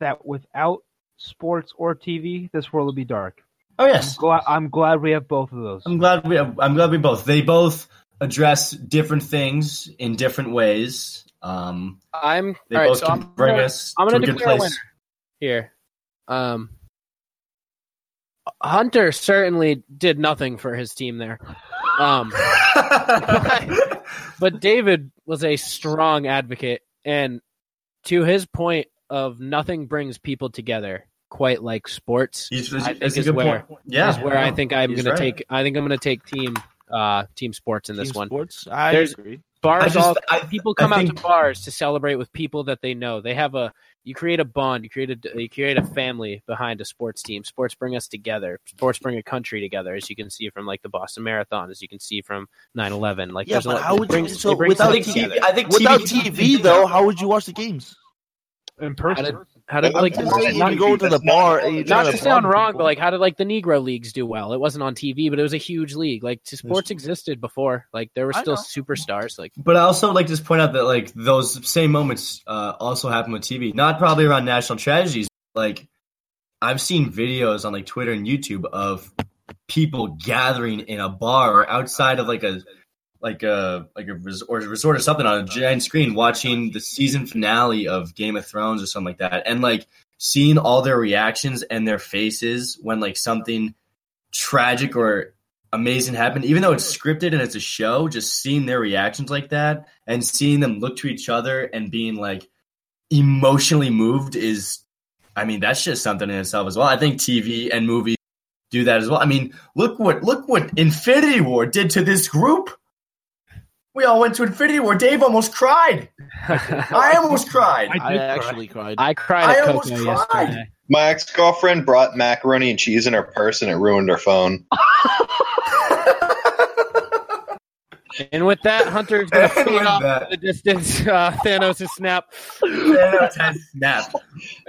[SPEAKER 9] that without sports or TV, this world would be dark.
[SPEAKER 3] Oh yes,
[SPEAKER 9] Gla- I'm glad we have both of those.
[SPEAKER 3] I'm glad we I'm glad we both. They both address different things in different ways. Um,
[SPEAKER 1] I'm
[SPEAKER 3] they
[SPEAKER 1] all right.
[SPEAKER 3] both
[SPEAKER 1] So
[SPEAKER 3] can
[SPEAKER 1] I'm
[SPEAKER 3] bring
[SPEAKER 1] gonna-
[SPEAKER 3] us
[SPEAKER 1] I'm
[SPEAKER 3] to a
[SPEAKER 1] gonna
[SPEAKER 3] good
[SPEAKER 1] declare a
[SPEAKER 3] place.
[SPEAKER 1] winner. here. Um, Hunter certainly did nothing for his team there. Um, but David was a strong advocate, and to his point of nothing brings people together quite like sports
[SPEAKER 3] He's,
[SPEAKER 1] I think
[SPEAKER 3] it's
[SPEAKER 1] is
[SPEAKER 3] a good
[SPEAKER 1] where-
[SPEAKER 3] point. Yeah,
[SPEAKER 1] is where I think I'm
[SPEAKER 3] He's
[SPEAKER 1] going to
[SPEAKER 3] right.
[SPEAKER 1] take. I think I'm going to take team uh team sports in this
[SPEAKER 7] Team
[SPEAKER 1] one.
[SPEAKER 7] Sports. I
[SPEAKER 1] There's-
[SPEAKER 7] agree.
[SPEAKER 1] Bars
[SPEAKER 3] I just-
[SPEAKER 1] all
[SPEAKER 3] I-
[SPEAKER 1] people
[SPEAKER 3] I
[SPEAKER 1] come out
[SPEAKER 3] think-
[SPEAKER 1] to bars to celebrate with people that they know. They have a you create a bond, you create a you create a family behind a sports team. Sports bring us together. Sports bring a country together, as you can see from like the Boston Marathon, as you can see from 9-11. Like
[SPEAKER 7] Yeah,
[SPEAKER 1] there's a
[SPEAKER 7] but
[SPEAKER 1] lot-
[SPEAKER 7] how
[SPEAKER 1] it
[SPEAKER 7] would
[SPEAKER 1] brings-
[SPEAKER 7] you, so
[SPEAKER 1] it brings
[SPEAKER 7] without
[SPEAKER 1] people
[SPEAKER 3] TV
[SPEAKER 1] together.
[SPEAKER 3] I think
[SPEAKER 7] without
[SPEAKER 3] TV
[SPEAKER 7] TV though? How would you watch the games?
[SPEAKER 9] in person.
[SPEAKER 1] did- how did
[SPEAKER 8] I'm
[SPEAKER 1] like
[SPEAKER 8] just
[SPEAKER 1] not-
[SPEAKER 8] saying,
[SPEAKER 1] not,
[SPEAKER 7] you go to the
[SPEAKER 8] that's
[SPEAKER 7] bar
[SPEAKER 8] not-
[SPEAKER 7] and you
[SPEAKER 8] not
[SPEAKER 7] try
[SPEAKER 1] not
[SPEAKER 7] to
[SPEAKER 1] to sound
[SPEAKER 7] bond
[SPEAKER 1] wrong,
[SPEAKER 7] people.
[SPEAKER 1] but like how did like the Negro leagues do well? It wasn't on TV, but it was a huge league. Like sports existed before. Like there were
[SPEAKER 7] I
[SPEAKER 1] still
[SPEAKER 7] know.
[SPEAKER 1] superstars. Like
[SPEAKER 3] But I also like to just point out that like those same moments uh, also happen with TV. Not probably around national tragedies. but, Like I've seen videos on like Twitter and YouTube of people gathering in a bar or outside of like a like a like a res- or a resort or something on a giant screen watching the season finale of Game of Thrones or something like that, and like seeing all their reactions and their faces when like something tragic or amazing happened, even though it's scripted and it's a show, just seeing their reactions like that and seeing them look to each other and being like emotionally moved is, I mean, that's just something in itself as well. I think TV and movies do that as well. I mean, look what look what Infinity War did to this group. We all went to Infinity War. Dave almost cried. I almost cried.
[SPEAKER 9] I
[SPEAKER 7] I
[SPEAKER 9] did cry.
[SPEAKER 7] actually cried.
[SPEAKER 1] I cried
[SPEAKER 3] I
[SPEAKER 1] at
[SPEAKER 3] almost
[SPEAKER 1] Coco
[SPEAKER 3] cried.
[SPEAKER 1] yesterday.
[SPEAKER 8] My ex girlfriend brought macaroni and cheese in her purse and it ruined her phone.
[SPEAKER 1] And with that, Hunter's gonna
[SPEAKER 3] And
[SPEAKER 1] fade
[SPEAKER 3] with
[SPEAKER 1] off
[SPEAKER 3] that-
[SPEAKER 1] to the distance. Uh, Thanos' snap,
[SPEAKER 3] Thanos had snapped.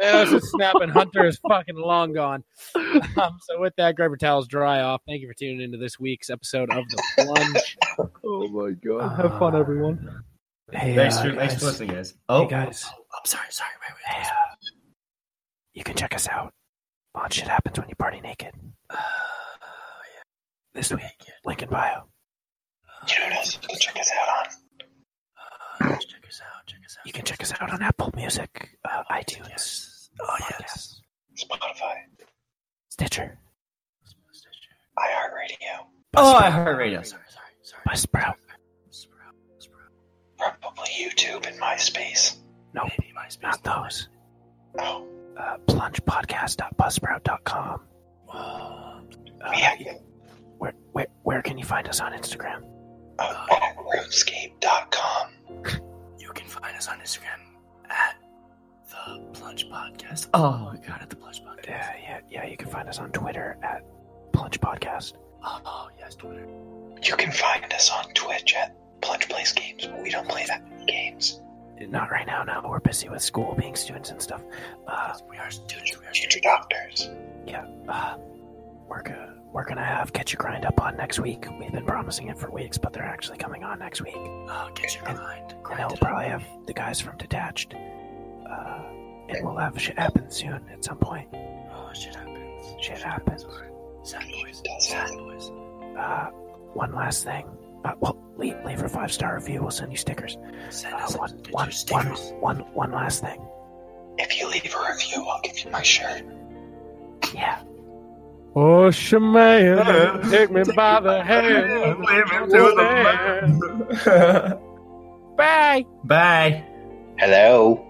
[SPEAKER 1] Thanos' snap, and Hunter is fucking long gone. Um, so with that, grab your towels, dry off. Thank you for tuning into this week's episode of the Plunge.
[SPEAKER 9] Have fun, everyone.
[SPEAKER 1] Hey,
[SPEAKER 3] thanks
[SPEAKER 1] uh,
[SPEAKER 3] for, thanks
[SPEAKER 1] guys.
[SPEAKER 3] for listening, guys. Oh,
[SPEAKER 1] Hey, guys.
[SPEAKER 3] oh, I'm sorry, sorry. Wait, wait,
[SPEAKER 1] Hey,
[SPEAKER 3] wait.
[SPEAKER 1] uh, you can check us out on Shit Happens When You Party Naked.
[SPEAKER 3] Uh,
[SPEAKER 1] This week, link in bio.
[SPEAKER 3] Uh,
[SPEAKER 2] You know what else you can check us out on?
[SPEAKER 3] check us out. Check us out.
[SPEAKER 1] You can check us out on Apple Music, uh, iTunes,
[SPEAKER 3] Oh yes.
[SPEAKER 2] Spotify,
[SPEAKER 1] Stitcher,
[SPEAKER 2] iHeartRadio,
[SPEAKER 3] Oh, I heard radio. Sorry, sorry, sorry.
[SPEAKER 1] by Sprout.
[SPEAKER 3] Sprout, Sprout.
[SPEAKER 2] probably YouTube and MySpace.
[SPEAKER 1] Nope, not those.
[SPEAKER 2] Oh,
[SPEAKER 1] Uh, plungepodcast.buzzsprout.com. Uh,
[SPEAKER 2] yeah.
[SPEAKER 1] where, where, where can you find us on Instagram?
[SPEAKER 2] Uh, at RuneScape.com.
[SPEAKER 3] You can find us on Instagram at the Plunge Podcast. Oh my god, at the Plunge Podcast.
[SPEAKER 1] Yeah, yeah, yeah. You can find us on Twitter at Plunge Podcast.
[SPEAKER 3] Oh, oh yes, Twitter.
[SPEAKER 2] You can find us on Twitch at Plunge Plays Games, but we don't play that many games.
[SPEAKER 1] Not right now, no. We're busy with school, being students and stuff. Uh,
[SPEAKER 3] We are students. We are
[SPEAKER 2] Future Doctors.
[SPEAKER 1] uh, we're, go- we're gonna have Get Your Grind Up on next week. We've been promising it for weeks, but they're actually coming on next week.
[SPEAKER 3] Oh, get your grind.
[SPEAKER 1] And then
[SPEAKER 3] Grind
[SPEAKER 1] we'll
[SPEAKER 3] it up.
[SPEAKER 1] probably have the guys from Detached. Uh, and we'll have shit happen soon at some point.
[SPEAKER 3] Oh, shit happens.
[SPEAKER 1] Shit happens.
[SPEAKER 3] Sad boys. Sad boys.
[SPEAKER 1] Uh, one last thing. Uh, well, leave, leave a five star review. We'll send you stickers.
[SPEAKER 3] Send
[SPEAKER 1] Uh,
[SPEAKER 3] us
[SPEAKER 1] one, one,
[SPEAKER 3] get your
[SPEAKER 1] one,
[SPEAKER 3] stickers.
[SPEAKER 1] one, one last thing.
[SPEAKER 2] If you leave a review, I'll give you my shirt.
[SPEAKER 1] Yeah.
[SPEAKER 10] Oh, Shaman, take me by the hand. Bye.
[SPEAKER 3] Bye.
[SPEAKER 8] Hello.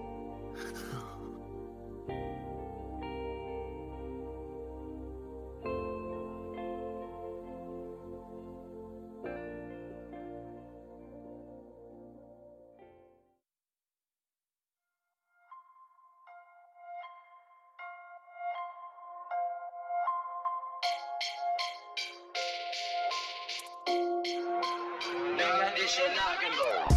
[SPEAKER 11] Nigga, this shit not gonna go.